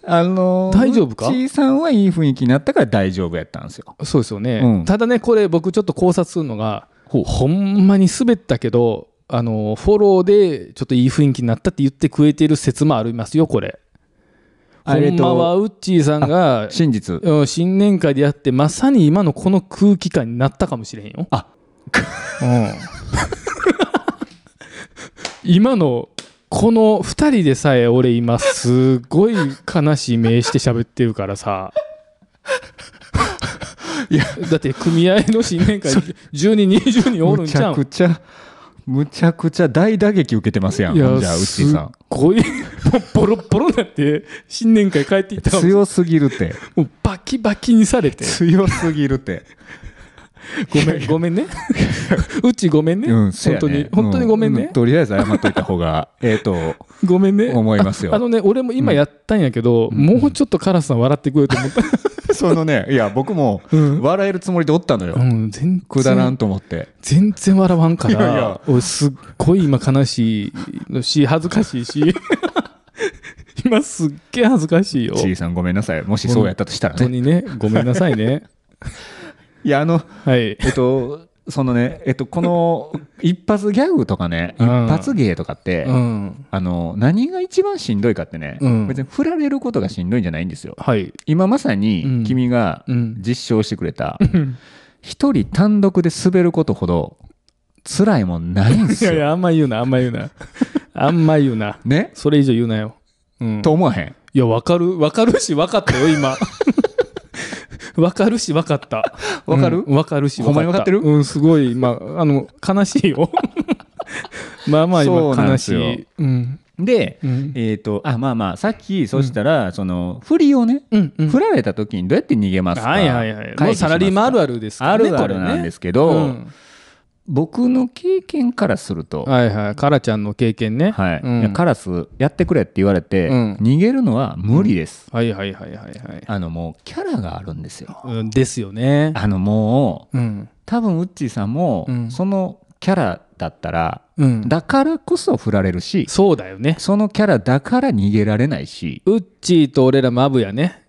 Speaker 2: あのー、
Speaker 1: 大丈夫か
Speaker 2: うっちーさんはいい雰囲気になったから大丈夫やったんですよ。
Speaker 1: そうですよね、
Speaker 2: うん
Speaker 1: ただねこれ僕ちょっと考察するのが
Speaker 2: ほう
Speaker 1: ほんまに滑ったけどあのフォローでちょっといい雰囲気になったって言ってくれてる説もありますよこれ
Speaker 2: あ
Speaker 1: ほ
Speaker 2: え
Speaker 1: ん
Speaker 2: っ
Speaker 1: まは
Speaker 2: と、
Speaker 1: ウッチーさんが
Speaker 2: 真実。
Speaker 1: うん新年会でやってまさに今のこの空気感になったかもしれへんよ
Speaker 2: あ
Speaker 1: うん 今のこの2人でさえ俺今すごい悲しい目して喋ってるからさ
Speaker 2: いや
Speaker 1: だって組合の新年会10人20人おるん
Speaker 2: む
Speaker 1: ち
Speaker 2: ち
Speaker 1: ゃ
Speaker 2: ゃ
Speaker 1: うん
Speaker 2: くちゃ、むちゃくちゃ大打撃受けてますやん。
Speaker 1: い
Speaker 2: じゃ
Speaker 1: や
Speaker 2: あ、うっちーさん。
Speaker 1: すっごいもうボロッボロになって新年会帰っていったら
Speaker 2: 強すぎる って。
Speaker 1: もうバキバキにされて
Speaker 2: 強すぎるって。
Speaker 1: ごめんごめんね うちごめんね,、
Speaker 2: うん、せ
Speaker 1: 本
Speaker 2: や
Speaker 1: 当に
Speaker 2: ね
Speaker 1: 本当にごめん
Speaker 2: う
Speaker 1: ね、
Speaker 2: とりあえず謝っといた 方が、ええと、
Speaker 1: ごめんね
Speaker 2: 思います
Speaker 1: あ
Speaker 2: よ。
Speaker 1: のね、俺も今やったんやけど、もうちょっとカラスさん笑ってくれると思った。
Speaker 2: そのね、いや、僕も
Speaker 1: うん
Speaker 2: 笑えるつもりでおったのよ。
Speaker 1: うん、全然。
Speaker 2: くだらんと思って。
Speaker 1: 全然笑わんから、
Speaker 2: いやいや
Speaker 1: 俺すっごい今悲しいし、恥ずかしいし、 今すっげえ恥ずかしいよ。
Speaker 2: ちー
Speaker 1: 本
Speaker 2: さんごめんなさい。もしそうやったとしたら
Speaker 1: 当
Speaker 2: ね。
Speaker 1: にね、ごめんなさい ね。
Speaker 2: いや、あの、
Speaker 1: はい。
Speaker 2: えっと、そのね、えっと、この一発ギャグとかね、
Speaker 1: う
Speaker 2: 一
Speaker 1: ん
Speaker 2: 発芸とかって、
Speaker 1: うん。
Speaker 2: あの何が一番しんどいかってね、
Speaker 1: うん
Speaker 2: 別に振られることがしんどいんじゃないんですよ
Speaker 1: はい。
Speaker 2: 今まさ
Speaker 1: うん
Speaker 2: に君が
Speaker 1: うん
Speaker 2: 実証してくれた一、人単独で滑ることほど辛いもんないんで
Speaker 1: い
Speaker 2: すよ
Speaker 1: やいや、あんま言うな、あんま言うな。あんま言うな。
Speaker 2: ね
Speaker 1: それ以上言うなよ。うん。
Speaker 2: と思わへん
Speaker 1: いや、わかる、わかるし、わかったよ、 今。わかるし、わかった。
Speaker 2: わかる
Speaker 1: うんわ、かるし、
Speaker 2: ほんまにわかってる
Speaker 1: たうん、すご い、まあ、あの、悲しいよ。まあまあ、
Speaker 2: そう
Speaker 1: 今、
Speaker 2: なん
Speaker 1: 悲
Speaker 2: です
Speaker 1: し
Speaker 2: よ
Speaker 1: い。うん。
Speaker 2: で、
Speaker 1: うん
Speaker 2: えっ、とあまあまあさっきそしたら、その振りをね、
Speaker 1: うんうん
Speaker 2: 振られた時にどうやって逃げますか
Speaker 1: はいはいはい
Speaker 2: 回避
Speaker 1: もうサラリーマンあるあるで
Speaker 2: し
Speaker 1: す
Speaker 2: ますか
Speaker 1: か
Speaker 2: あ
Speaker 1: らね
Speaker 2: るあるなんですけど、
Speaker 1: これね
Speaker 2: 僕の経験からすると、
Speaker 1: うんはいはいカラちゃんの経験ね
Speaker 2: はい
Speaker 1: うん
Speaker 2: いやカラスやってくれって言われて、
Speaker 1: うん
Speaker 2: 逃げるのは無理です、
Speaker 1: はいはいはいはいはい
Speaker 2: あのもうキャラがあるんですよ
Speaker 1: うんですよね
Speaker 2: あのもう
Speaker 1: うん
Speaker 2: 多分ウッチーさんも、
Speaker 1: うん
Speaker 2: そのキャラだったら
Speaker 1: うん
Speaker 2: だからこそ振られるし、
Speaker 1: そうだよね
Speaker 2: そのキャラだから逃げられないし
Speaker 1: ウッチーと俺らマブやね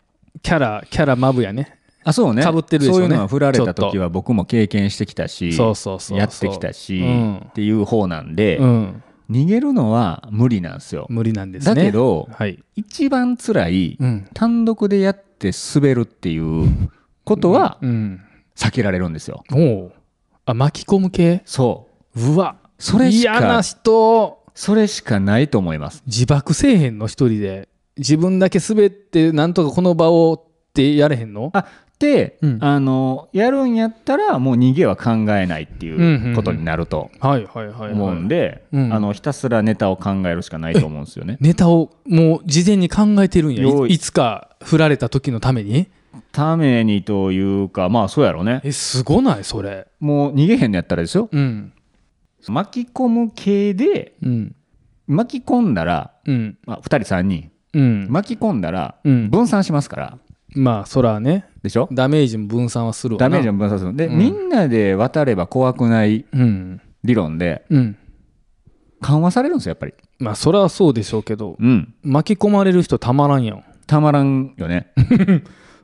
Speaker 1: キャラキャラマブやね
Speaker 2: あそうね
Speaker 1: 被ってるでしょうね
Speaker 2: そういうのは振られた
Speaker 1: ちょっ
Speaker 2: 時
Speaker 1: と
Speaker 2: は僕も経験してきたし
Speaker 1: そうそうそうそう
Speaker 2: やってきたし、
Speaker 1: うん
Speaker 2: っていう方なんで、
Speaker 1: うん
Speaker 2: 逃げるのは無理なんですよ。
Speaker 1: 無理なんですね
Speaker 2: だけど、
Speaker 1: はい
Speaker 2: 一番辛い、
Speaker 1: うん
Speaker 2: 単独でやって滑るっていうことは
Speaker 1: うん
Speaker 2: 避けられるんですよ。
Speaker 1: おうあ巻き込む系
Speaker 2: そう
Speaker 1: うわ
Speaker 2: それしか
Speaker 1: 嫌な人
Speaker 2: それしかないと思います。
Speaker 1: 自爆せえへんの一人で自分だけ滑ってなんとかこの場をってやれへんの
Speaker 2: あで、
Speaker 1: うん
Speaker 2: あのやるんやったらもう逃げは考えないって
Speaker 1: んうんう
Speaker 2: い
Speaker 1: ん
Speaker 2: うことになると
Speaker 1: はいはいはい、はい、
Speaker 2: 思うんで、
Speaker 1: うん
Speaker 2: あのひたすらネタを考えるしかないと思うんですよね。
Speaker 1: ネタをもう事前に考えてるんや
Speaker 2: 用
Speaker 1: い
Speaker 2: 意
Speaker 1: いつか振られた時のために
Speaker 2: ためにというかまあそうやろね
Speaker 1: えすごないそれ
Speaker 2: もう逃げへんのやったらですよ
Speaker 1: うん
Speaker 2: 巻き込む系で
Speaker 1: うん
Speaker 2: 巻き込んだら、
Speaker 1: うん
Speaker 2: まあ、2人3人
Speaker 1: うんま
Speaker 2: 巻き込んだら
Speaker 1: うん
Speaker 2: 分散しますから
Speaker 1: あそらね
Speaker 2: でしょ
Speaker 1: ダメージも分散はするわな
Speaker 2: ダメージも分散するので、
Speaker 1: うん
Speaker 2: みんなで渡れば怖くない
Speaker 1: うん
Speaker 2: 理論で
Speaker 1: うん
Speaker 2: 緩和されるんですよやっぱり
Speaker 1: まあそらそうでしょうけど
Speaker 2: うん
Speaker 1: 巻き込まれる人たまらんやん
Speaker 2: たまらんよね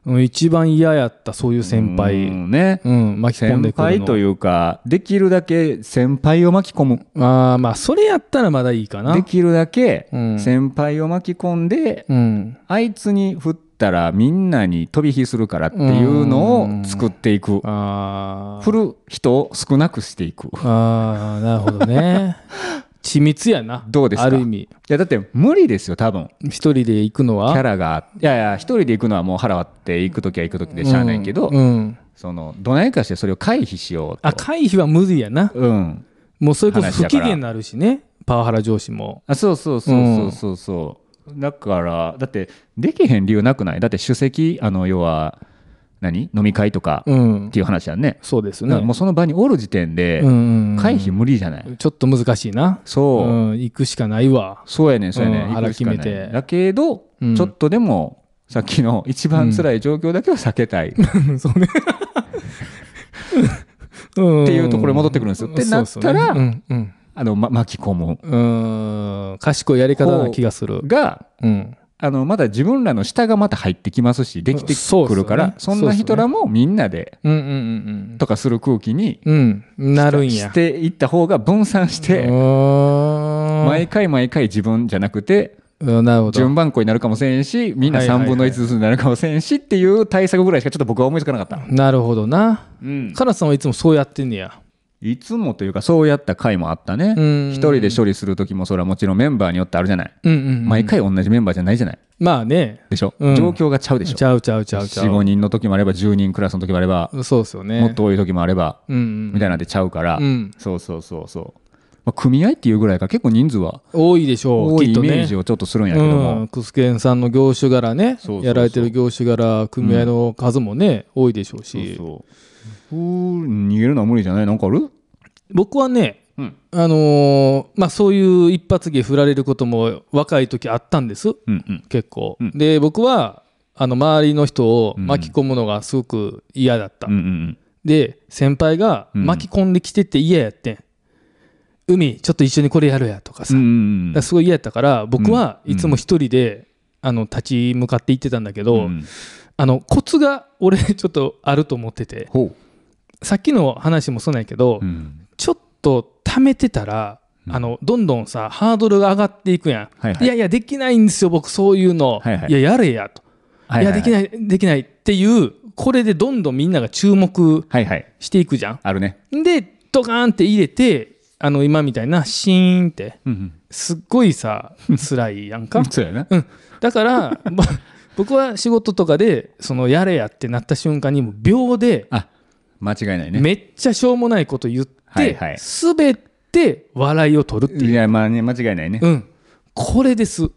Speaker 1: うん一番嫌やったそういう先輩
Speaker 2: う
Speaker 1: うん、
Speaker 2: んね
Speaker 1: 巻き込んで
Speaker 2: 先
Speaker 1: くる
Speaker 2: 輩
Speaker 1: の
Speaker 2: というかできるだけ先輩を巻き込む
Speaker 1: あーまあそれやったらまだいいかな
Speaker 2: できるだけ
Speaker 1: うん
Speaker 2: 先輩を巻き込んで
Speaker 1: うん
Speaker 2: あいつに振ったらみんなに飛び火するからっていうのを作っていく
Speaker 1: あー
Speaker 2: 振る人を少なくしていくい
Speaker 1: あーなるほど ね緻密やな
Speaker 2: どうですか
Speaker 1: ある意味
Speaker 2: やだって無理ですよ多分
Speaker 1: 一人で行くの
Speaker 2: キ
Speaker 1: は
Speaker 2: ャラがいやいや一人で行くのはもう腹割って行く時は行く時でしゃあないけど、
Speaker 1: うんうん
Speaker 2: そのどないかしてそれを回避しようと
Speaker 1: あ回避は無理やな
Speaker 2: うん
Speaker 1: もうそれこそ
Speaker 2: 話
Speaker 1: 不
Speaker 2: や
Speaker 1: 機
Speaker 2: から
Speaker 1: 嫌になるしねパワハラ上司も
Speaker 2: あそうそうそうそうそうそう、だからだってできへん理由なくないだって主席あの要は何飲み会とか
Speaker 1: う
Speaker 2: っ
Speaker 1: ん
Speaker 2: ていう話やんね、
Speaker 1: そうです
Speaker 2: だ
Speaker 1: ね
Speaker 2: からもうその場におる時点で
Speaker 1: うんうん
Speaker 2: 回避無理じゃない、
Speaker 1: ちょっと難しいな
Speaker 2: そう、
Speaker 1: うん行くしかないわ
Speaker 2: そうやねんそうやねん、
Speaker 1: うん
Speaker 2: 行くしかない
Speaker 1: 腹決めて
Speaker 2: だけど、
Speaker 1: うん
Speaker 2: ちょっとでもさっきの一番辛い状況だけは避けたい、っ
Speaker 1: って
Speaker 2: ていうところに戻ってくるんですよ、ってなったら、
Speaker 1: うんうん
Speaker 2: あの、ま巻き込む
Speaker 1: うん賢いやり方な気がする
Speaker 2: が
Speaker 1: うん
Speaker 2: あのまだ自分らの下がまた入ってきますしできて
Speaker 1: そうっす
Speaker 2: く
Speaker 1: よね
Speaker 2: るから、そんな人らもみんなで
Speaker 1: うんうんうん
Speaker 2: とかする空気に
Speaker 1: うんうんなるんや
Speaker 2: していった方が分散し
Speaker 1: う
Speaker 2: て、
Speaker 1: ーん
Speaker 2: 毎回毎回自分じゃなくて
Speaker 1: うんなるほど
Speaker 2: 順番こになるかもせんしみんな
Speaker 1: はいはいはい
Speaker 2: 3分の1ずつになるかもせんしっていう対策ぐらいしかちょっと僕は思いつかなかった、
Speaker 1: なるほどな
Speaker 2: うん
Speaker 1: カラスさんはいつもそうやってんねや
Speaker 2: いつもというかそうやった回もあったね
Speaker 1: うん
Speaker 2: 一人で処理する時もそれはもちろんメンバーによってあるじゃない
Speaker 1: うんうんうん
Speaker 2: 毎回同じメンバーじゃないじゃない
Speaker 1: まあね
Speaker 2: でしょ、
Speaker 1: うん
Speaker 2: 状況がちゃうでしょ
Speaker 1: ちゃうちゃうちゃうちゃ
Speaker 2: 45人の時もあれば10人クラスの時もあれば、
Speaker 1: うそうですよね
Speaker 2: もっと多い時もあれば、
Speaker 1: うんうん
Speaker 2: みたいなんでちゃうから、
Speaker 1: うん
Speaker 2: そうそうそうそう、まあ、組合っていうぐらいから結構人数は
Speaker 1: 多いでしょう
Speaker 2: 多い
Speaker 1: きっ
Speaker 2: イ
Speaker 1: とね
Speaker 2: メージをちょっとするんやけども、
Speaker 1: うん、クスケンさんの業種柄ね
Speaker 2: そうそうそう
Speaker 1: やられてる業種柄組合の数もね、多いでしょう
Speaker 2: そう
Speaker 1: し
Speaker 2: そうふう逃げるのは無理じゃないなんかある
Speaker 1: 僕はね、
Speaker 2: うん
Speaker 1: あのーまあ、そういう一発芸振られることも若い時あったんです
Speaker 2: うんうん
Speaker 1: 結構、
Speaker 2: うん
Speaker 1: で僕はあの周りの人を
Speaker 2: うん
Speaker 1: 巻き込むのがすごく嫌だった、
Speaker 2: うんうん
Speaker 1: で先輩が
Speaker 2: うん
Speaker 1: 巻き込んできてて嫌やってん海ちょっと一緒にこれやるやとか
Speaker 2: う
Speaker 1: さ、だ
Speaker 2: んうん
Speaker 1: からすごい嫌やったから僕は
Speaker 2: うん
Speaker 1: いつも一人で、あの立ち向かっていってたんだけ
Speaker 2: う
Speaker 1: ど、
Speaker 2: んうん
Speaker 1: あのコツが俺ちょっとあると思ってて
Speaker 2: ほう
Speaker 1: さっきの話もそうなんやけど、
Speaker 2: うん
Speaker 1: ちょっと溜めてたら、
Speaker 2: うん
Speaker 1: あのどんどんさハードルが上がっていくやん、
Speaker 2: はい
Speaker 1: い
Speaker 2: はい
Speaker 1: やいやできないんですよ僕そういうの、
Speaker 2: はいはい
Speaker 1: ややれやと、
Speaker 2: はいい
Speaker 1: やでき
Speaker 2: い
Speaker 1: ないできないっていうこれでどんどんみんなが注目
Speaker 2: はいはい
Speaker 1: していくじゃ
Speaker 2: あるね
Speaker 1: んでドカーンって入れてあの今みたいなシーンって
Speaker 2: うん
Speaker 1: すっごい さ辛いやん
Speaker 2: う
Speaker 1: か
Speaker 2: ん そうやな
Speaker 1: うん、だからぼ僕は仕事とかでそのやれやってなった瞬間にもう秒で
Speaker 2: あ間違いないね
Speaker 1: めっちゃしょうもないこと言って、
Speaker 2: はいはい
Speaker 1: 滑って笑いを取るっていう
Speaker 2: いやまあね間違いないね
Speaker 1: うん、これです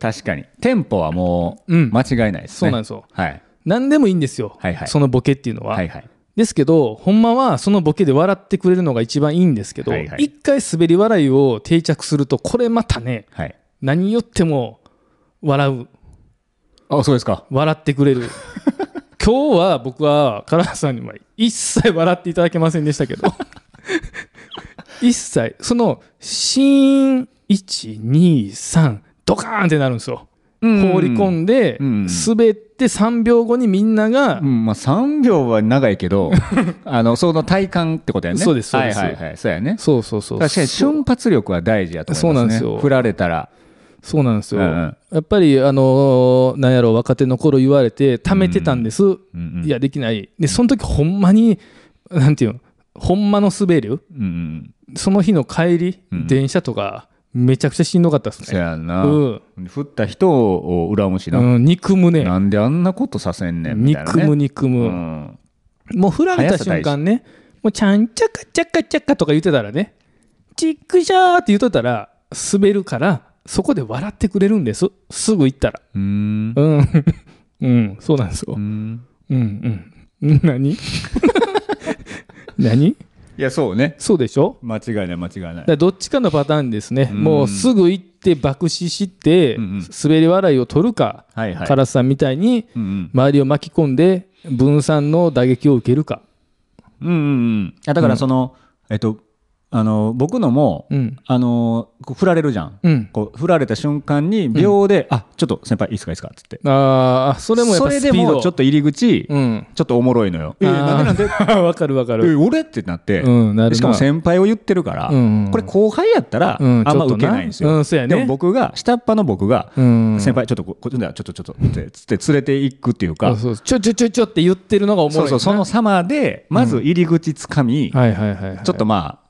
Speaker 2: 確かにテンポはもう
Speaker 1: うん
Speaker 2: 間違いないです
Speaker 1: そ
Speaker 2: ね、
Speaker 1: うなんですよ
Speaker 2: はい
Speaker 1: 何でもいいんですよ、
Speaker 2: はいはい
Speaker 1: そのボケっていうのは、
Speaker 2: はいはい
Speaker 1: ですけどほんまはそのボケで笑ってくれるのが一番いいんですけど、
Speaker 2: はいはい
Speaker 1: 一回滑り笑いを定着するとこれまたね
Speaker 2: はい
Speaker 1: 何よっても笑う
Speaker 2: あそうですか
Speaker 1: 笑ってくれる 今日は僕は唐橋さんには一切笑っていただけませんでしたけど 一切そのシーン123ドカーンってなるんですよ放り込
Speaker 2: で
Speaker 1: んで、
Speaker 2: うん
Speaker 1: 滑って3秒後にみんなが、
Speaker 2: うんまあ、3秒は長い けどあのその体感ってことやね
Speaker 1: そうですそうです
Speaker 2: はいはいはいそうやね
Speaker 1: そうそうそう
Speaker 2: 確かに瞬発力は大事やと思いま
Speaker 1: そうな
Speaker 2: すね
Speaker 1: んですよ
Speaker 2: 振られたら
Speaker 1: そうなんですよ、
Speaker 2: うんうん
Speaker 1: やっぱりあのーなんやろ若手の頃言われて貯めてたんです、
Speaker 2: うんうん
Speaker 1: いやできないでその時ほんまになんていうのほんまの滑り
Speaker 2: うんうん
Speaker 1: その日の帰り、
Speaker 2: うん
Speaker 1: 電車とかめちゃくちゃしんどかったです
Speaker 2: そう
Speaker 1: ね
Speaker 2: やな、
Speaker 1: うん
Speaker 2: 振った人を恨むしな、
Speaker 1: うん、憎むね
Speaker 2: なんであんなことさせんねんみたいな、
Speaker 1: 憎
Speaker 2: ね、
Speaker 1: む憎む、
Speaker 2: うん
Speaker 1: もう振られた瞬間ねもうちゃんちゃかちゃかちゃかとか言ってたらねちっくしゃーって言っとったら滑るからそこで笑ってくれるんですすぐ行ったら
Speaker 2: うーん
Speaker 1: うん うんそうなんですよ
Speaker 2: うん
Speaker 1: うんうん。ん何 何
Speaker 2: いやそうね
Speaker 1: そうでしょ
Speaker 2: 間違いない間違いな
Speaker 1: だか
Speaker 2: い
Speaker 1: らどっちかのパターンですね。
Speaker 2: うん
Speaker 1: もうすぐ行って爆死して、
Speaker 2: うんうん
Speaker 1: 滑り笑いを取るか、
Speaker 2: はいはい
Speaker 1: カラスさんみたいに
Speaker 2: うんうん
Speaker 1: 周りを巻き込んで分散の打撃を受けるか。
Speaker 2: うんうんうんあだからその、えっとあの僕のも、
Speaker 1: うん。
Speaker 2: あのこう振られるじゃん、
Speaker 1: うん。
Speaker 2: こう振られた瞬間に秒で、あちょっと先輩いいっすかいいっすかっつって
Speaker 1: ああ、それもやっぱスピ
Speaker 2: で
Speaker 1: ード。
Speaker 2: もちょっと入り口、
Speaker 1: うん。
Speaker 2: ちょっとおもろいのよ、え
Speaker 1: あー
Speaker 2: なんでな ん
Speaker 1: わかるわか
Speaker 2: でえ
Speaker 1: る。
Speaker 2: 俺ってなって、
Speaker 1: うんなるな
Speaker 2: しかも先輩を言ってるから、
Speaker 1: うんうん
Speaker 2: これ後輩やったら、
Speaker 1: うん
Speaker 2: あんま
Speaker 1: ちょっとな
Speaker 2: 受けないんですよ、
Speaker 1: うんそうやね
Speaker 2: でも僕が下っ端の僕が、
Speaker 1: うん
Speaker 2: 先輩ちょっとここちょっとちょっとちょっとってつって連れていくっていうか、
Speaker 1: あそうちょちょちょちょって言ってるのがおもろい
Speaker 2: そう
Speaker 1: な。
Speaker 2: そうその様でまず入り口つかみ、
Speaker 1: はいはいはいはい。
Speaker 2: ちょっとまあ、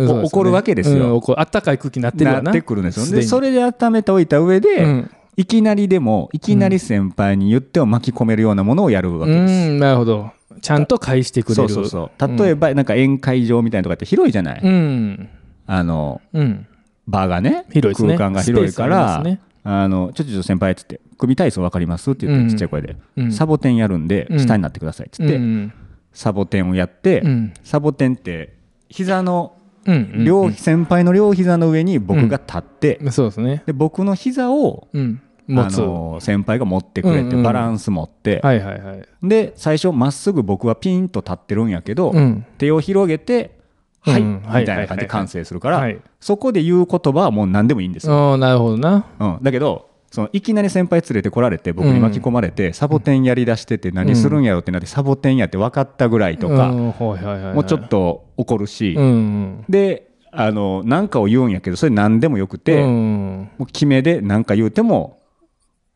Speaker 1: そうですね、
Speaker 2: 怒るわけですよ
Speaker 1: うん怒るあったかい空気になってるわな。
Speaker 2: なってくるんですよ
Speaker 1: で
Speaker 2: で
Speaker 1: に
Speaker 2: それで温めておいた上で、
Speaker 1: うん
Speaker 2: いきなりでもいきなり先輩に言っても巻き込めるようなものをやるわけです、
Speaker 1: うんなるほどちゃんと返してくれる
Speaker 2: そうそうそう例えばなんか宴会場みたいなとかって広いじゃない、
Speaker 1: うん
Speaker 2: あの
Speaker 1: うん
Speaker 2: 場がね
Speaker 1: 広いですね
Speaker 2: 空間が広いか
Speaker 1: スペースあ
Speaker 2: ら
Speaker 1: りますね
Speaker 2: あのちょちょちょ先輩っつって組体操わかりますって言って、
Speaker 1: うん
Speaker 2: ちっちゃい声で、
Speaker 1: うん
Speaker 2: サボテンやるんで
Speaker 1: うん
Speaker 2: 下になってくださいっつって、
Speaker 1: うん
Speaker 2: サボテンをやって、
Speaker 1: うん
Speaker 2: サボテンって膝の
Speaker 1: うんうん
Speaker 2: 両、先輩の両膝の上に僕が立って、
Speaker 1: そうですね
Speaker 2: で僕の膝を
Speaker 1: うん持つ
Speaker 2: あの先輩が持ってくれて、
Speaker 1: うんうん
Speaker 2: バランス持って、
Speaker 1: はいはいはい
Speaker 2: で最初まっすぐ僕はピンと立ってるんやけど、
Speaker 1: うん
Speaker 2: 手を広げて「はい」
Speaker 1: うんはい
Speaker 2: みたいな感じで完成するから、
Speaker 1: はい
Speaker 2: そこで言う言葉はもう何でもいいんですよ。
Speaker 1: ああなるほどな
Speaker 2: うん、だけどそのいきなり先輩連れてこられて僕に巻き込まれて、サボテンやりだしてて何するんやろってなって、サボテンやって分かったぐらいとか、
Speaker 1: うんはいはいはいはい
Speaker 2: もうちょっと怒るし、
Speaker 1: うんうん
Speaker 2: であのなんかを言うんやけどそれ何でもよくて、
Speaker 1: う
Speaker 2: も
Speaker 1: ん
Speaker 2: う決めで何か言うても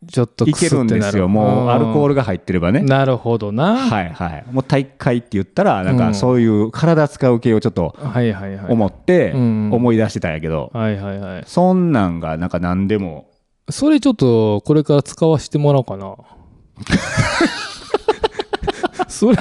Speaker 1: ちょっと
Speaker 2: い
Speaker 1: くす
Speaker 2: け
Speaker 1: って
Speaker 2: るん
Speaker 1: な
Speaker 2: ですよもうアルコールが入ってればね。
Speaker 1: なるほどな
Speaker 2: はいはい、もう大会って言ったらなん
Speaker 1: う
Speaker 2: か
Speaker 1: ん
Speaker 2: そういう体使う系をちょっと
Speaker 1: はいはいはい
Speaker 2: 思って
Speaker 1: うん
Speaker 2: 思い出してたんやけど、
Speaker 1: はいはいはい
Speaker 2: そんなんがなんか何でも
Speaker 1: それちょっとこれから使わせてもらおうか なそれ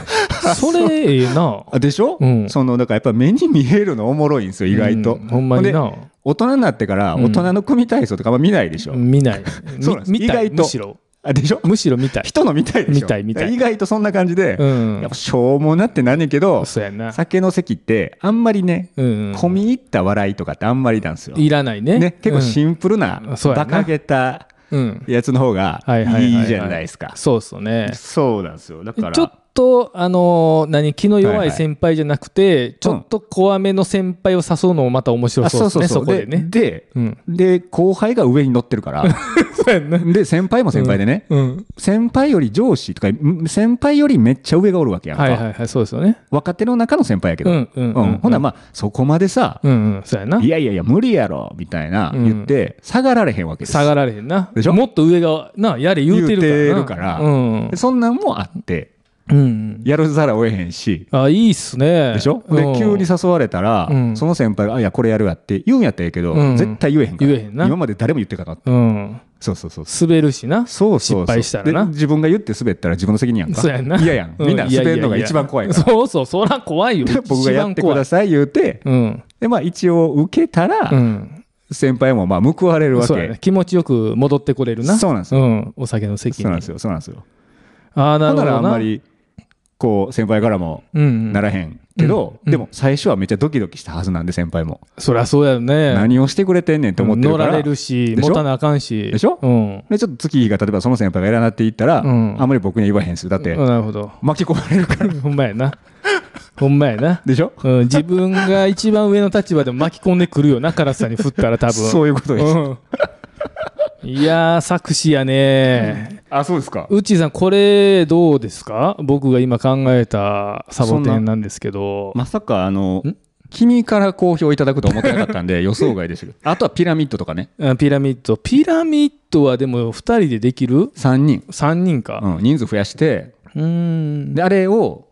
Speaker 1: それええな
Speaker 2: あでしょ、
Speaker 1: うん
Speaker 2: そのだからやっぱ目に見えるのおもろいんですよ意外と、
Speaker 1: うんほんまに
Speaker 2: ほんで
Speaker 1: な
Speaker 2: 大人になってから
Speaker 1: うん
Speaker 2: 大人の組体操とかあんま見ないでしょ、
Speaker 1: 見ない
Speaker 2: そうなんです
Speaker 1: み見たい
Speaker 2: 意外と
Speaker 1: むしろ
Speaker 2: あでしょ
Speaker 1: むしろ見たい
Speaker 2: 人の見たいでしょ
Speaker 1: 見たい見たい
Speaker 2: 意外とそんな感じで、
Speaker 1: うん
Speaker 2: やっぱしょうもなってなんねんけど
Speaker 1: そうやな
Speaker 2: 酒の席ってあんまりね、
Speaker 1: うんうん
Speaker 2: 込み入った笑いとかってあんまりなんですよ、
Speaker 1: いらないね
Speaker 2: ね、結構シ
Speaker 1: ン
Speaker 2: ンプルな、
Speaker 1: うんそうやな
Speaker 2: バカげた
Speaker 1: うん
Speaker 2: やつの方が
Speaker 1: はいはいはいはい
Speaker 2: いいじゃないですか。
Speaker 1: そうっすよね
Speaker 2: そうなんですよ。だから、
Speaker 1: ちょっとあのー何気の
Speaker 2: は
Speaker 1: 弱
Speaker 2: い
Speaker 1: い
Speaker 2: はい
Speaker 1: 先輩じゃなくて、ちょっと怖めの先輩を誘うのもまた面白
Speaker 2: あ
Speaker 1: そうですねそこでね
Speaker 2: で、
Speaker 1: うん
Speaker 2: で後輩が上に乗ってるから、
Speaker 1: そうやな
Speaker 2: で先輩も先輩でね、
Speaker 1: うん
Speaker 2: 先輩より上司とかん先輩よりめっちゃ上がおるわけやんか。
Speaker 1: はいはいはいそうですよね
Speaker 2: 若手の中の先輩やけ
Speaker 1: う
Speaker 2: ど、
Speaker 1: んうんうん
Speaker 2: ほなまあそこまでさ、
Speaker 1: うんうんそうやない
Speaker 2: やいやいや無理やろみたいな
Speaker 1: うん
Speaker 2: 言って、下がられへんわけです。
Speaker 1: 下がられへんな
Speaker 2: でしょ
Speaker 1: もっと上がなやれ言うてるからな
Speaker 2: 言うてるから
Speaker 1: うん
Speaker 2: でそんなんもあって
Speaker 1: うんうん
Speaker 2: やるざらを得へんし。
Speaker 1: あいいっすね
Speaker 2: でしょ、
Speaker 1: うん
Speaker 2: で急に誘われたら、
Speaker 1: うん
Speaker 2: その先輩が「あいやこれやるわ」って言うんやったらええけど、
Speaker 1: うん
Speaker 2: 絶対言えへんから
Speaker 1: 言えへんな
Speaker 2: 今まで誰も言ってなかった
Speaker 1: うん
Speaker 2: そうそうそうそう
Speaker 1: 滑るしな
Speaker 2: そうそう
Speaker 1: 失敗したらな
Speaker 2: で自分が言って滑ったら自分の責任やんか
Speaker 1: そうやんな
Speaker 2: 嫌やん
Speaker 1: う
Speaker 2: みんな滑るのが一番怖い から、
Speaker 1: やややそうそうそら怖いよ
Speaker 2: で僕がやってくだ
Speaker 1: さ
Speaker 2: さい言うて
Speaker 1: いうん
Speaker 2: でまあ一応受けたら、
Speaker 1: うん
Speaker 2: 先輩もまあ報われるわけ
Speaker 1: そうやね気持ちよく戻ってこれるな
Speaker 2: そうなんです
Speaker 1: よ、ん、お酒の席に
Speaker 2: そうなんですよそうなんですよ
Speaker 1: ああな
Speaker 2: だ
Speaker 1: るほど
Speaker 2: か
Speaker 1: な
Speaker 2: らあんまりこう先輩からも
Speaker 1: うんうん、
Speaker 2: ならへんけど、
Speaker 1: うん
Speaker 2: でも最初はめっちゃドキドキしたはずなんで先輩も、
Speaker 1: そりゃそうやろね
Speaker 2: 何をしてくれてんねんと思ってるか
Speaker 1: 乗ら
Speaker 2: ら
Speaker 1: れるし
Speaker 2: でしょ
Speaker 1: 持たなあかんし
Speaker 2: でしょ
Speaker 1: うん
Speaker 2: でちょっと月日が例えばその先輩がいらなっていったら、
Speaker 1: うん
Speaker 2: あんまり僕には言わへんするだって、
Speaker 1: うんなるほど
Speaker 2: 巻き込まれるから
Speaker 1: ほんまやなほんまやな、
Speaker 2: でしょ
Speaker 1: うん、自分が一番上の立場でも巻き込んでくるよな唐津さんに振ったら多分
Speaker 2: そういうことです、
Speaker 1: うんいやー作詞やね
Speaker 2: あそうですか
Speaker 1: うっちーさんこれどうですか僕が今考えたサボテンなんですけど
Speaker 2: まさかあの
Speaker 1: ん
Speaker 2: 君から好評いただくとは思ってなかった んで予想外でしたけどあとはピラミッドとかね
Speaker 1: あピラミッドピラミッドはでも2人でできる
Speaker 2: 3人、
Speaker 1: 3人か
Speaker 2: うん、人数増やして
Speaker 1: うーん
Speaker 2: であれを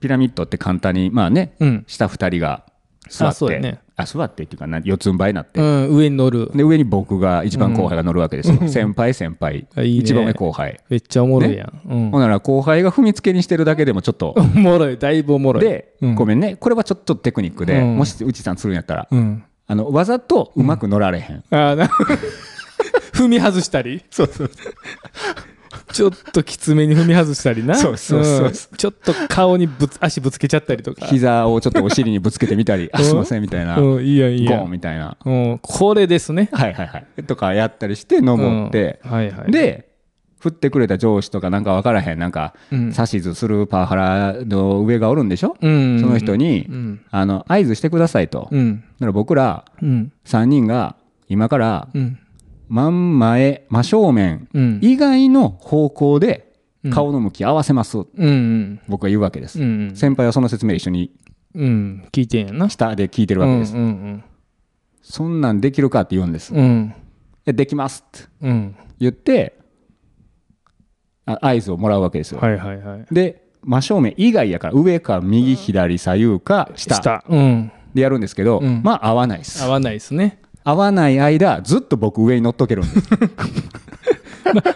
Speaker 2: ピラミッドって簡単にまあね
Speaker 1: うん、
Speaker 2: 下2人が座
Speaker 1: あ
Speaker 2: って
Speaker 1: そうやね
Speaker 2: あ座ってっていうかな四つん這いになって、
Speaker 1: うん、上に乗る
Speaker 2: で上に僕が一番後輩が乗るわけですよ、先輩先輩
Speaker 1: あいいね
Speaker 2: 一番上後輩
Speaker 1: めっちゃおもろいやん、
Speaker 2: ほんなら後輩が踏みつけにしてるだけでもちょっと
Speaker 1: うん、おもろいだいぶおもろい
Speaker 2: で、
Speaker 1: うん、
Speaker 2: ごめんねこれはちょっとテクニックで、
Speaker 1: うん
Speaker 2: もしうちさんするんやったら、
Speaker 1: うん
Speaker 2: あのわざとうまく乗られへん、
Speaker 1: あーな踏み外したり
Speaker 2: そうそう
Speaker 1: ちょっときつめに踏み外したりな
Speaker 2: そうそうそうそ
Speaker 1: んちょっと顔にぶつ足ぶつけちゃったりとか
Speaker 2: 膝をちょっとお尻にぶつけてみ たりあすいませんみたいな、
Speaker 1: うん、いいやんいい
Speaker 2: ゴ
Speaker 1: や
Speaker 2: ーン
Speaker 1: ん、
Speaker 2: みたいな
Speaker 1: うん、これですね
Speaker 2: はいはいはいとかやったりして登って、
Speaker 1: うんはいはい、
Speaker 2: で振ってくれた上司とかなんか分からへんなんか
Speaker 1: うん
Speaker 2: 指図するパワハラの上がおるんでしょ、
Speaker 1: うん、
Speaker 2: その人に、
Speaker 1: うん
Speaker 2: あの合図してくださいと、
Speaker 1: う
Speaker 2: だ
Speaker 1: ん
Speaker 2: から僕ら
Speaker 1: うん
Speaker 2: 3人が今から
Speaker 1: うん
Speaker 2: 真ん前真正面
Speaker 1: うん
Speaker 2: 以外の方向で
Speaker 1: うん
Speaker 2: 顔の向き合わせます、
Speaker 1: うんうん
Speaker 2: 僕は言うわけです、
Speaker 1: うん
Speaker 2: 先輩はその説明一緒に
Speaker 1: うん聞いてんやな
Speaker 2: 下で聞いてるわけです、
Speaker 1: うんうん
Speaker 2: そんなんできるかって言うんです、
Speaker 1: うんうん
Speaker 2: でできますって
Speaker 1: うん
Speaker 2: 言ってあ合図をもらうわけですよ、
Speaker 1: はいはいはい
Speaker 2: で真正面以外やから上か右左左右か下
Speaker 1: 下うん
Speaker 2: でやるんですけど、
Speaker 1: うん
Speaker 2: まあ合わないです
Speaker 1: 合わないですね
Speaker 2: 合わない間ずっと僕上に乗っとけるんです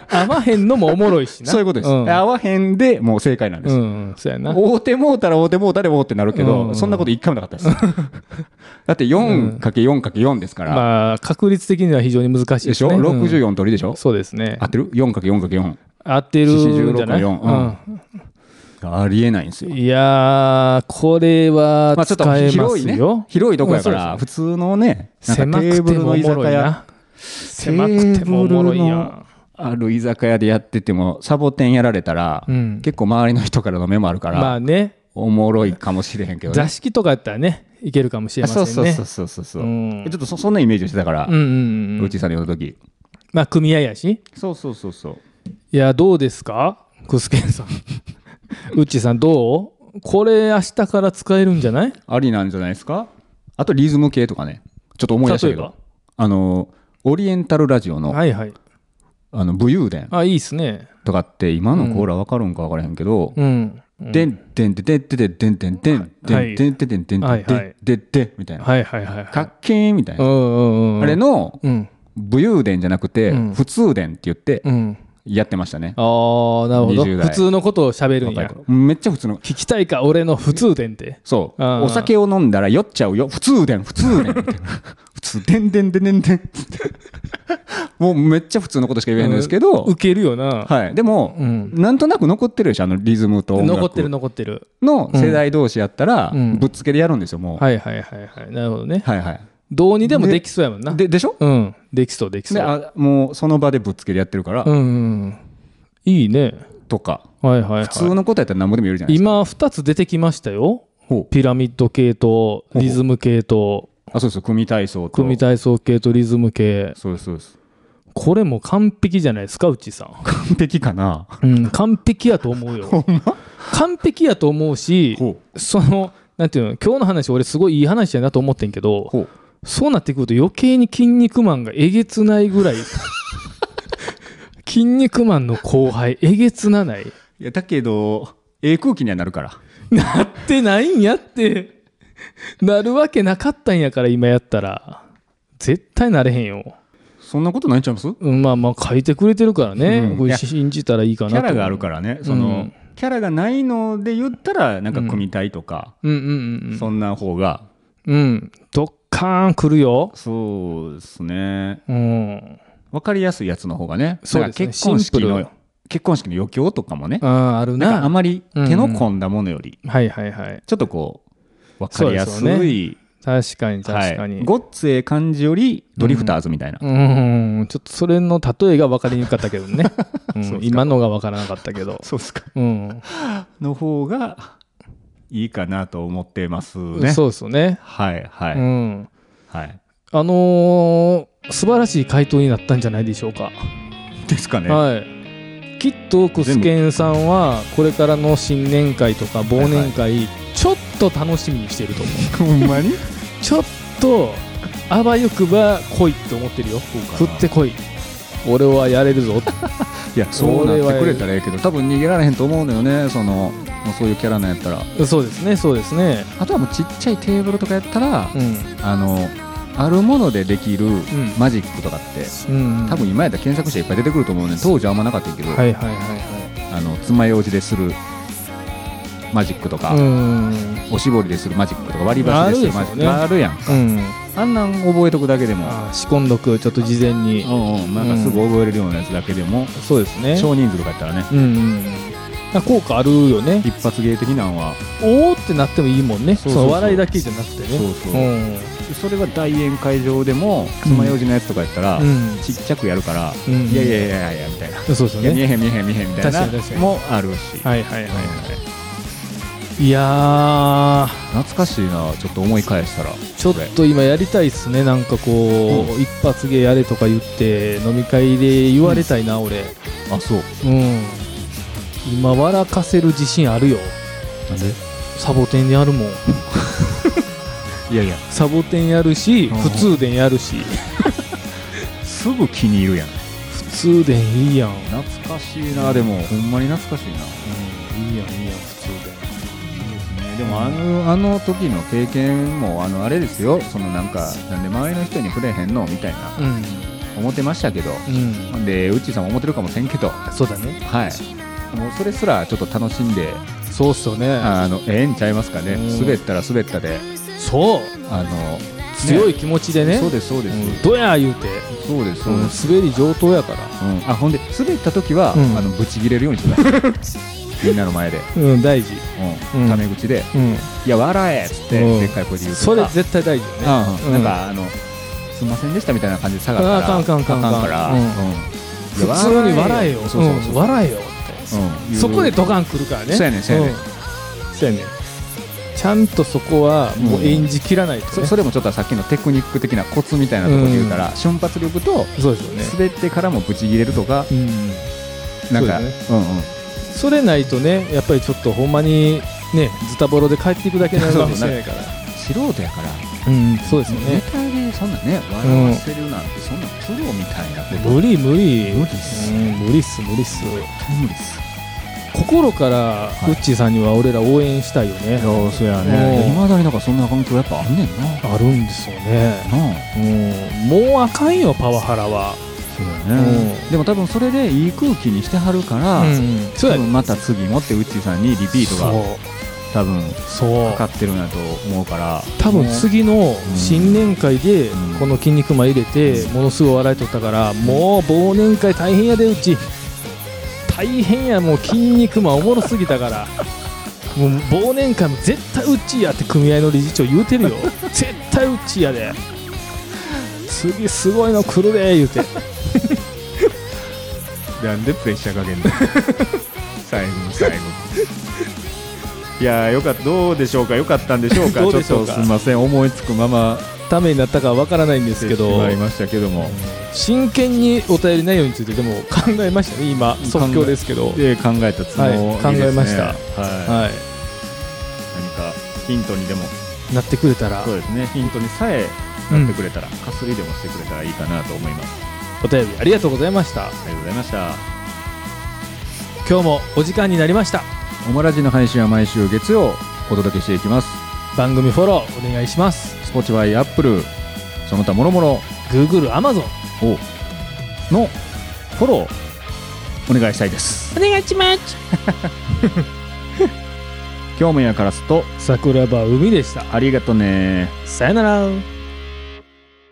Speaker 1: 合わへんのもおもろいしな
Speaker 2: そういうことです、
Speaker 1: うん
Speaker 2: 合わへんでもう正解なんで
Speaker 1: う
Speaker 2: す、
Speaker 1: んうんそうやな
Speaker 2: 大手もうたら大手もうたでもうってなるけど、
Speaker 1: うん
Speaker 2: そんなこと一回もなかったです だって 4×4×4 ですから、
Speaker 1: まあ確率的には非常に難しい
Speaker 2: でしょ、
Speaker 1: ねうん
Speaker 2: 64通りでしょ
Speaker 1: そうですね
Speaker 2: 合ってる ?4×4×4
Speaker 1: 合ってるんじゃない、
Speaker 2: 46のありえないんです
Speaker 1: うん
Speaker 2: よ、
Speaker 1: いやーこれは
Speaker 2: まあ、ちょっと
Speaker 1: 使えま
Speaker 2: 広い
Speaker 1: す
Speaker 2: ね
Speaker 1: よ、
Speaker 2: 広いとこやか
Speaker 1: う
Speaker 2: ら
Speaker 1: ん
Speaker 2: 普通のねなんか
Speaker 1: 狭
Speaker 2: テー
Speaker 1: く
Speaker 2: ブ
Speaker 1: て
Speaker 2: ル
Speaker 1: も
Speaker 2: の
Speaker 1: お
Speaker 2: 居
Speaker 1: もろ
Speaker 2: 酒
Speaker 1: い
Speaker 2: 屋
Speaker 1: な狭くてもおもろい
Speaker 2: テーブル
Speaker 1: や
Speaker 2: のある居酒屋でやっててもサボテンやられたら、
Speaker 1: うん
Speaker 2: 結構周りの人からの目もあるから、
Speaker 1: まあね
Speaker 2: おもろいかもしれへんけど、
Speaker 1: 座敷とかやったらねいけるかもしれ
Speaker 2: あ
Speaker 1: ません
Speaker 2: そう
Speaker 1: ね
Speaker 2: そうそうそうそうそう、
Speaker 1: うん
Speaker 2: ちょっとそそんなイメージをしてたから、
Speaker 1: うんうんうんう
Speaker 2: うんちさんの時
Speaker 1: まあ組合やし
Speaker 2: そうそうそうそう
Speaker 1: いやどうですかクスケン さんうっちーさんどうこれ明日から使えるんじゃない
Speaker 2: ありなんじゃないですかあとリズム系とかねちょっと思い出したけ
Speaker 1: 例えば
Speaker 2: どあのオリエンタルラジオの「
Speaker 1: はいはい
Speaker 2: あの武勇伝
Speaker 1: あいいっすね」
Speaker 2: とかって今のコーラ分かるんか分からへんけど
Speaker 1: うん
Speaker 2: 「でんてんてんてんてんてんてんてんて
Speaker 1: はい
Speaker 2: んてんてんてんてんてんてん
Speaker 1: はいはい
Speaker 2: てんてん」みたいな
Speaker 1: はいはいはいはい
Speaker 2: 「かっけー」みたい
Speaker 1: うん
Speaker 2: な
Speaker 1: うんうん
Speaker 2: あれの
Speaker 1: うん
Speaker 2: 武勇伝じゃなくて
Speaker 1: うん
Speaker 2: 普通伝って言って
Speaker 1: うん
Speaker 2: やってましたね
Speaker 1: ああなるほど
Speaker 2: 20代
Speaker 1: 普通のことを喋るん
Speaker 2: 若い
Speaker 1: や
Speaker 2: 頃めっちゃ普通の
Speaker 1: 聞きたいか俺の普通伝って
Speaker 2: そう
Speaker 1: あー
Speaker 2: お酒を飲んだら酔っちゃうよ普通伝普通伝みたいな 普通伝伝伝伝伝つって もうめっちゃ普通のことしか言えへんですけど
Speaker 1: ウケるよな
Speaker 2: はいでも
Speaker 1: うん
Speaker 2: なんとなく残ってるでしょあのリズムと音
Speaker 1: 残って
Speaker 2: 楽
Speaker 1: る残ってる
Speaker 2: の世代同士やったら、
Speaker 1: うん
Speaker 2: ぶっつけでやるんですよ、もう。
Speaker 1: はいはいはいはいなるほどね
Speaker 2: はいはい。
Speaker 1: どうにでもできそうやもんな
Speaker 2: で、でしょ
Speaker 1: うんできそうできそ
Speaker 2: で
Speaker 1: う
Speaker 2: あもうその場でぶっつけでやってるから、
Speaker 1: うんうんうんいいね
Speaker 2: とか、
Speaker 1: はいはいはい
Speaker 2: 普通のことやったら何もでも言えるじゃないですか。
Speaker 1: 今2つ出てきましたよ
Speaker 2: ほう
Speaker 1: ピラミッド系とリズム系と
Speaker 2: あ、そうです、組体操と。
Speaker 1: 組体操系とリズム系
Speaker 2: そうです、そうです。
Speaker 1: これも完璧じゃないですかうちさん
Speaker 2: 完璧かな。
Speaker 1: うん、完璧やと思う よ。完璧やと思うし、
Speaker 2: ほ
Speaker 1: その、なんていうの、今日の話、俺、すごいいい話やなと思ってんけど、
Speaker 2: ほう。
Speaker 1: そうなってくると、余計に筋肉マンがえげつないぐ らい、筋肉マンの後輩、えげつなない。
Speaker 2: いや、だけど、ええ空気にはなるから。
Speaker 1: なってないんやって、なるわけなかったんやから、今やったら。絶対なれへんよ。
Speaker 2: そんなことないんちゃいますキ
Speaker 1: うんまあまあ、書いてくれてるからね、
Speaker 2: うん
Speaker 1: こ
Speaker 2: い
Speaker 1: れ
Speaker 2: や
Speaker 1: 信じたらいいかなと。
Speaker 2: ャラがあるからね、その、
Speaker 1: うん
Speaker 2: キャラがないので言ったら、なんか組体とか、
Speaker 1: うんうんうんうん。
Speaker 2: そんな方が、
Speaker 1: うん、どっかカーン来るよ。
Speaker 2: そうですね。
Speaker 1: うん。
Speaker 2: わかりやすいやつの方がね。
Speaker 1: そうですね
Speaker 2: なんか結婚式
Speaker 1: シンプル
Speaker 2: の、結婚式の余興とかもね。
Speaker 1: あーある
Speaker 2: なんかあ
Speaker 1: な。
Speaker 2: まり手の込んだものより、
Speaker 1: はいはいはい。
Speaker 2: ちょっとこう、わかりやすい。
Speaker 1: そう確かに確か
Speaker 2: はい、
Speaker 1: に。
Speaker 2: ごっつええ感じよりドリフターズみたいな、
Speaker 1: うん、ちょっとそれの例えが分かりにくかったけど ね。うん、今のが分からなかったけど。
Speaker 2: そうですか
Speaker 1: うん。
Speaker 2: の方がいいかなと思ってますね
Speaker 1: そうですよね。
Speaker 2: はいはい、
Speaker 1: うん。
Speaker 2: はい
Speaker 1: あのー素晴らしい回答になったんじゃないでしょうか。
Speaker 2: ですかね、
Speaker 1: はい。きっとクスケンさんはこれからの新年会とか忘年会ちょっと楽しみにしてると思う
Speaker 2: ほんまに
Speaker 1: ちょっとあばよくば来いって思ってるよ
Speaker 2: か
Speaker 1: 振
Speaker 2: な
Speaker 1: ってこい俺はやれるぞ
Speaker 2: いやそうなってくれたらええけど多分逃げられへんと思うのよねそのもうそういうキャラなんやったら
Speaker 1: そうですねそうですね
Speaker 2: あとはもうちっちゃいテーブルとかやったら、
Speaker 1: う
Speaker 2: あのあるものでできる
Speaker 1: ん
Speaker 2: マジックとかって、
Speaker 1: ん、うん、
Speaker 2: 多分今やったら検索していっぱい出てくると思うねん当時はあんまなかったけど、
Speaker 1: はいはいはいは
Speaker 2: あの爪楊枝でするマジックとか、
Speaker 1: いうん
Speaker 2: おしぼりでするマジックとか割り箸でするマジックとか
Speaker 1: あ
Speaker 2: あるやん
Speaker 1: うん
Speaker 2: あんなん覚えとくだけでも
Speaker 1: あー仕込んどくちょっと事前に
Speaker 2: うんうんなんかすぐ覚えれるようなやつだけでも
Speaker 1: そうですね
Speaker 2: 少人数とかやったらね
Speaker 1: うんうんあ効果あるよね
Speaker 2: 一発芸的なんは
Speaker 1: おーってなってもいいもんね
Speaker 2: そ
Speaker 1: そう
Speaker 2: そうそう
Speaker 1: の笑いだけじゃなくてね
Speaker 2: そうそうんそれが大宴会場でも爪楊枝のやつとかやったら
Speaker 1: うん
Speaker 2: ちっちゃくやるから
Speaker 1: うん
Speaker 2: いやいやいやいやみたいな
Speaker 1: そうです
Speaker 2: いや
Speaker 1: よ
Speaker 2: 見え
Speaker 1: ね
Speaker 2: へん見えへん見えへんみたい
Speaker 1: 確かに確か
Speaker 2: な
Speaker 1: に
Speaker 2: もあるし
Speaker 1: はいはいはい
Speaker 2: はい
Speaker 1: いや
Speaker 2: 懐かしいなちょっと思い返したら
Speaker 1: ーちょっと今やりたいっすねなんかこう、一発芸やれとか言って飲み会で言われたいな、俺
Speaker 2: あそう
Speaker 1: うん今笑かせる自信あるよ
Speaker 2: なんで
Speaker 1: サボテンやるもん
Speaker 2: いやいや
Speaker 1: サボテンやるし
Speaker 2: うん
Speaker 1: 普通でやるし
Speaker 2: すぐ気に入るやん
Speaker 1: 普通でいいやん、うん
Speaker 2: 懐かしいなでもほんまに懐かしいない
Speaker 1: いやんいいやん普通
Speaker 2: ねでもあのあの時の経験もあのあれですよそのなんかなんで周りの人に触れへんのみたいな
Speaker 1: で
Speaker 2: 思ってましたけど
Speaker 1: うんうん
Speaker 2: でうっちーさんも思ってるかもしれんけどは
Speaker 1: そうだね
Speaker 2: いもうそれすらちょっと楽しんで
Speaker 1: そうっすよね
Speaker 2: あのええんちゃいますかね
Speaker 1: うん
Speaker 2: 滑ったら滑ったで
Speaker 1: そう
Speaker 2: あの
Speaker 1: 強い
Speaker 2: ね
Speaker 1: 気持ちでね
Speaker 2: そうですそうです、
Speaker 1: うんどや言うて
Speaker 2: そうですそうです、
Speaker 1: 滑り上等やから
Speaker 2: うんあほんで滑った時は、
Speaker 1: うん
Speaker 2: あのブチ切れるようにしてくだ さいみんなの前で、
Speaker 1: うん大事
Speaker 2: うん
Speaker 1: うん
Speaker 2: タメ口で
Speaker 1: うん
Speaker 2: 「いや笑え!」っつって
Speaker 1: うん
Speaker 2: でっかい声で言うとか
Speaker 1: それ絶対大事よね
Speaker 2: うんなんかあのすいませんでしたみたいな感じで下がったら
Speaker 1: あーあかんあかんあかん
Speaker 2: あから、
Speaker 1: うん普通に笑えよ
Speaker 2: そうそうそう
Speaker 1: うん笑えよって
Speaker 2: うん
Speaker 1: そこでドカン来るからね
Speaker 2: そうやねんそうやねん
Speaker 1: うんそうやねんちゃんとそこはもう演じきらないと
Speaker 2: そ
Speaker 1: ね
Speaker 2: それもちょっとさっきのテクニック的なコツみたいなところで言うから、瞬発力と
Speaker 1: そうですよね
Speaker 2: 滑ってからもブチ切れるとか、
Speaker 1: うん
Speaker 2: な
Speaker 1: そう
Speaker 2: んか
Speaker 1: うだね
Speaker 2: んうん
Speaker 1: それないとねやっぱりちょっとほんまにねズタボロで帰っていくだけになるかもしれないから
Speaker 2: 素人やから、
Speaker 1: うんそうですよ
Speaker 2: ネ
Speaker 1: ね
Speaker 2: タでそんなね笑わせるなんてそんなプロみたいなこと、
Speaker 1: 無理無理
Speaker 2: 無理っす
Speaker 1: うん無理っす無理っす
Speaker 2: 無理っす
Speaker 1: 心からウッチーさんには俺ら応援したいよね、
Speaker 2: そうや
Speaker 1: ね
Speaker 2: いまだになんかそんな環境やっぱあんねんな
Speaker 1: あるんですよね、
Speaker 2: な
Speaker 1: う
Speaker 2: あ
Speaker 1: ん、もうあかんよパワハラは、
Speaker 2: そうだね、
Speaker 1: う
Speaker 2: でも多分それでいい空気にしてはるから、
Speaker 1: うんそう
Speaker 2: 多
Speaker 1: やね
Speaker 2: 分また次もってうっちーさんにリピートが多分
Speaker 1: そう
Speaker 2: かか
Speaker 1: そう
Speaker 2: ってるんやと思うから
Speaker 1: 多分次の新年会で
Speaker 2: うん
Speaker 1: この筋肉マン入れてものすごい笑いとったからもう忘年会大変やでうち大変やもう筋肉マンおもろすぎたから もう忘年会も絶対うちやって組合の理事長言うて るよ絶対うちやで次すごいの来るで言うて
Speaker 2: なんでプレッシャーかけんの最後の最後いやーよかったどうでしょうかよかったんでしょう か
Speaker 1: どうでし
Speaker 2: ちょ
Speaker 1: ょ
Speaker 2: っ
Speaker 1: う
Speaker 2: と
Speaker 1: か
Speaker 2: すみません思いつくまま
Speaker 1: ためになったかわからないんで
Speaker 2: 来
Speaker 1: す
Speaker 2: て
Speaker 1: け
Speaker 2: し
Speaker 1: ど
Speaker 2: まいましたけども、
Speaker 1: 真剣にお便り内容についてでも考えましたね今即興ですけど
Speaker 2: で考えたつもりです、ね
Speaker 1: はい考えました
Speaker 2: はい、
Speaker 1: はい
Speaker 2: 何かヒントにでも
Speaker 1: なってくれたら
Speaker 2: そうですねヒントにさえなってくれたら、かすりでもしてくれたらいいかなと思います
Speaker 1: お便りありがとうございました
Speaker 2: ありがとうございました
Speaker 1: 今日もお時間になりました
Speaker 2: オモラジの配信は毎週月曜お届けしていきます
Speaker 1: 番組フォローお願いします
Speaker 2: Spotify、Apple その他もろもろ
Speaker 1: Google、Amazon
Speaker 2: のフォローお願いしたいです
Speaker 1: お願いします
Speaker 2: 今日もやからすと
Speaker 1: 桜庭海でした
Speaker 2: ありがとね
Speaker 1: さよなら